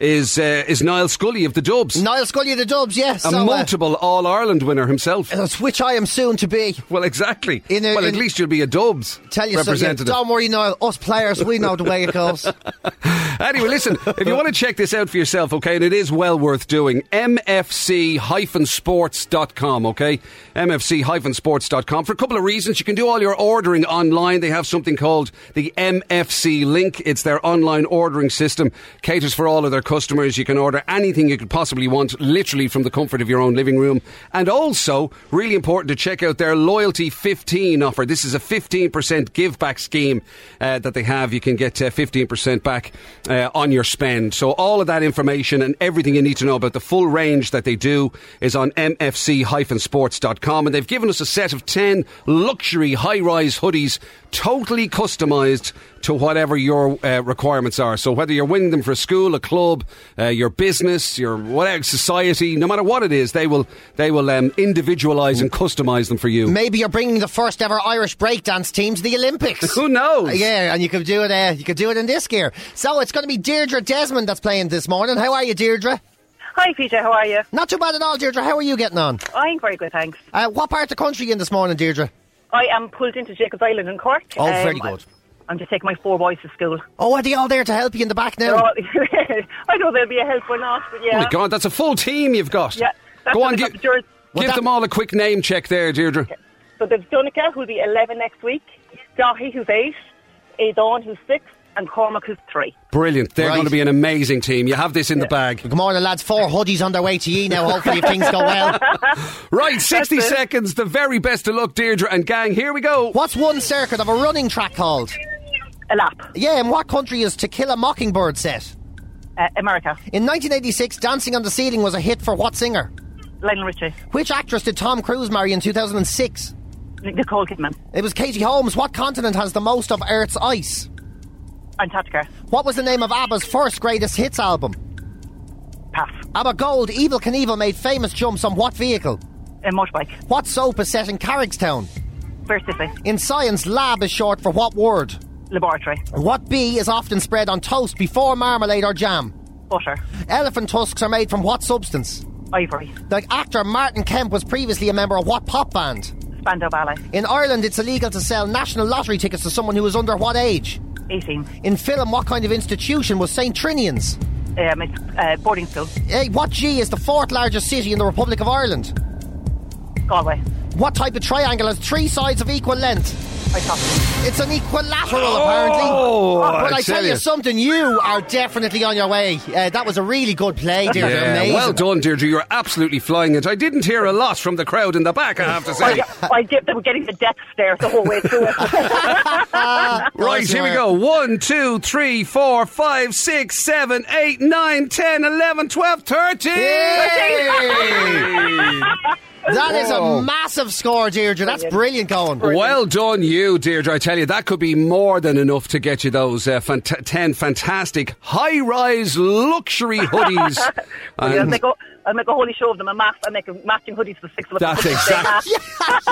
Speaker 1: is uh, is Niall Scully of the Dubs,
Speaker 2: Niall Scully of the Dubs, yes.
Speaker 1: a
Speaker 2: so, uh,
Speaker 1: multiple All Ireland winner himself.
Speaker 2: that's which I am soon to be.
Speaker 1: Well, exactly.
Speaker 2: In a-
Speaker 1: well, at
Speaker 2: in-
Speaker 1: least you'll be a Dubs
Speaker 2: Tell you something.
Speaker 1: representative.
Speaker 2: Don't worry, Niall. Us players, we know the way it goes.
Speaker 1: Anyway, listen, if you want to check this out for yourself, okay, and it is well worth doing, mfc-sports.com, okay? mfc-sports.com. For a couple of reasons, you can do all your ordering online. They have something called the MFC Link. It's their online ordering system, caters for all of their customers. You can order anything you could possibly want, literally from the comfort of your own living room. And also, really important to check out their Loyalty 15 offer. This is a 15% give back scheme uh, that they have. You can get uh, 15% back uh, on your spend. So, all of that information and everything you need to know about the full range that they do is on mfc sports.com. And they've given us a set of 10 luxury high rise hoodies, totally customized to whatever your uh, requirements are. So, whether you're winning them for school, a club, uh, your business, your whatever society, no matter what it is, they will they will um, individualize and customize them for you.
Speaker 2: Maybe you're bringing the first ever Irish breakdance team to the Olympics.
Speaker 1: Who knows?
Speaker 2: Yeah, and you could do it. Uh, you could do it in this gear. So it's going to be Deirdre Desmond that's playing this morning. How are you, Deirdre?
Speaker 10: Hi, PJ. How are you?
Speaker 2: Not too bad at all, Deirdre. How are you getting on?
Speaker 10: I'm very good, thanks.
Speaker 2: Uh, what part of the country you in this morning, Deirdre?
Speaker 10: I am pulled into Jacob's Island in Cork.
Speaker 2: Oh, very good.
Speaker 10: I'm just taking my four boys to school.
Speaker 2: Oh, are they all there to help you in the back
Speaker 10: They're
Speaker 2: now?
Speaker 10: all- I know they'll be a help or not, but yeah.
Speaker 1: Oh my God, that's a full team you've got.
Speaker 10: Yeah, that's
Speaker 1: Go on,
Speaker 10: what
Speaker 1: gi-
Speaker 10: I've got, George.
Speaker 1: give
Speaker 2: that-
Speaker 1: them all a quick name check there, Deirdre.
Speaker 10: So there's Dunica, who'll be 11 next week, Dahi, who's 8, Aidan, who's 6, and Cormac, who's 3.
Speaker 1: Brilliant. They're
Speaker 2: Right.
Speaker 1: going to be an amazing team. You have this in the bag.
Speaker 2: Good morning, lads. Four hoodies on their way to ye now. Hopefully, if things go well.
Speaker 1: Right, 60
Speaker 10: it.
Speaker 1: seconds. The very best of luck, Deirdre and gang. Here we go.
Speaker 2: What's one circuit of a running track called?
Speaker 10: A lap.
Speaker 2: Yeah, in what country is To Kill a Mockingbird set?
Speaker 10: Uh, America.
Speaker 2: In 1986, Dancing on the Ceiling was a hit for what singer?
Speaker 10: Lionel Richie.
Speaker 2: Which actress did Tom Cruise marry in 2006?
Speaker 10: Nic- Nicole Kidman.
Speaker 2: It was Katie Holmes. What continent has the most of Earth's ice?
Speaker 10: Antarctica.
Speaker 2: What was the name of ABBA's first greatest hits album?
Speaker 10: Pass.
Speaker 2: ABBA Gold, Evil Knievel made famous jumps on what vehicle?
Speaker 10: A motorbike.
Speaker 2: What soap is set in Carrickstown?
Speaker 10: Fair City.
Speaker 2: In science, lab is short for what word?
Speaker 10: Laboratory.
Speaker 2: What bee is often spread on toast before marmalade or jam?
Speaker 10: Butter.
Speaker 2: Elephant tusks are made from what substance?
Speaker 10: Ivory.
Speaker 2: The actor Martin Kemp was previously a member of what pop band?
Speaker 10: Spandau Ballet.
Speaker 2: In Ireland, it's illegal to sell national lottery tickets to someone who is under what age?
Speaker 10: 18.
Speaker 2: In film, what kind of institution was St. Trinian's?
Speaker 10: Um, it's uh, boarding school.
Speaker 2: Eh, what G is the fourth largest city in the Republic of Ireland?
Speaker 10: Galway.
Speaker 2: What type of triangle has three sides of equal length?
Speaker 10: I thought.
Speaker 2: It's an equilateral, apparently. but I,
Speaker 1: Oh, I
Speaker 2: tell
Speaker 1: tell
Speaker 2: you
Speaker 1: you.
Speaker 2: something, you are definitely on your way. Uh, that was a really good play, dear. Amazing.
Speaker 1: well done, Deirdre. You're absolutely flying it. I didn't hear a lot from the crowd in the back, I have to say.
Speaker 10: I get them getting the death stare the whole way through it.
Speaker 1: Right, here we go. 1, 2, 3, 4, 5, 6, 7, 8, 9, 10, 11, 12, 13.
Speaker 2: That is
Speaker 1: Whoa.
Speaker 2: a massive score, Deirdre. That's brilliant going.
Speaker 1: Well done, you, Deirdre. I tell you, that could be more than enough to get you those uh, fant- 10 fantastic high rise luxury hoodies.
Speaker 10: I'll,
Speaker 1: And
Speaker 10: make a, I'll make a holy show of them. A mass, I'll make a matching hoodies for the six of us.
Speaker 1: That's exact-
Speaker 10: Yeah.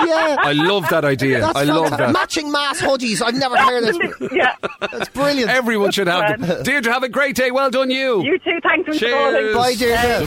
Speaker 2: yeah.
Speaker 1: I love that idea.
Speaker 2: That's
Speaker 1: I love
Speaker 2: fantastic.
Speaker 1: that.
Speaker 2: Matching mass hoodies. I've never heard of this.
Speaker 10: yeah.
Speaker 2: That's brilliant.
Speaker 1: Everyone should have them. Deirdre, have a great day. Well done, you.
Speaker 10: You too. Thanks for
Speaker 1: Cheers.
Speaker 10: calling.
Speaker 2: Bye, Deirdre.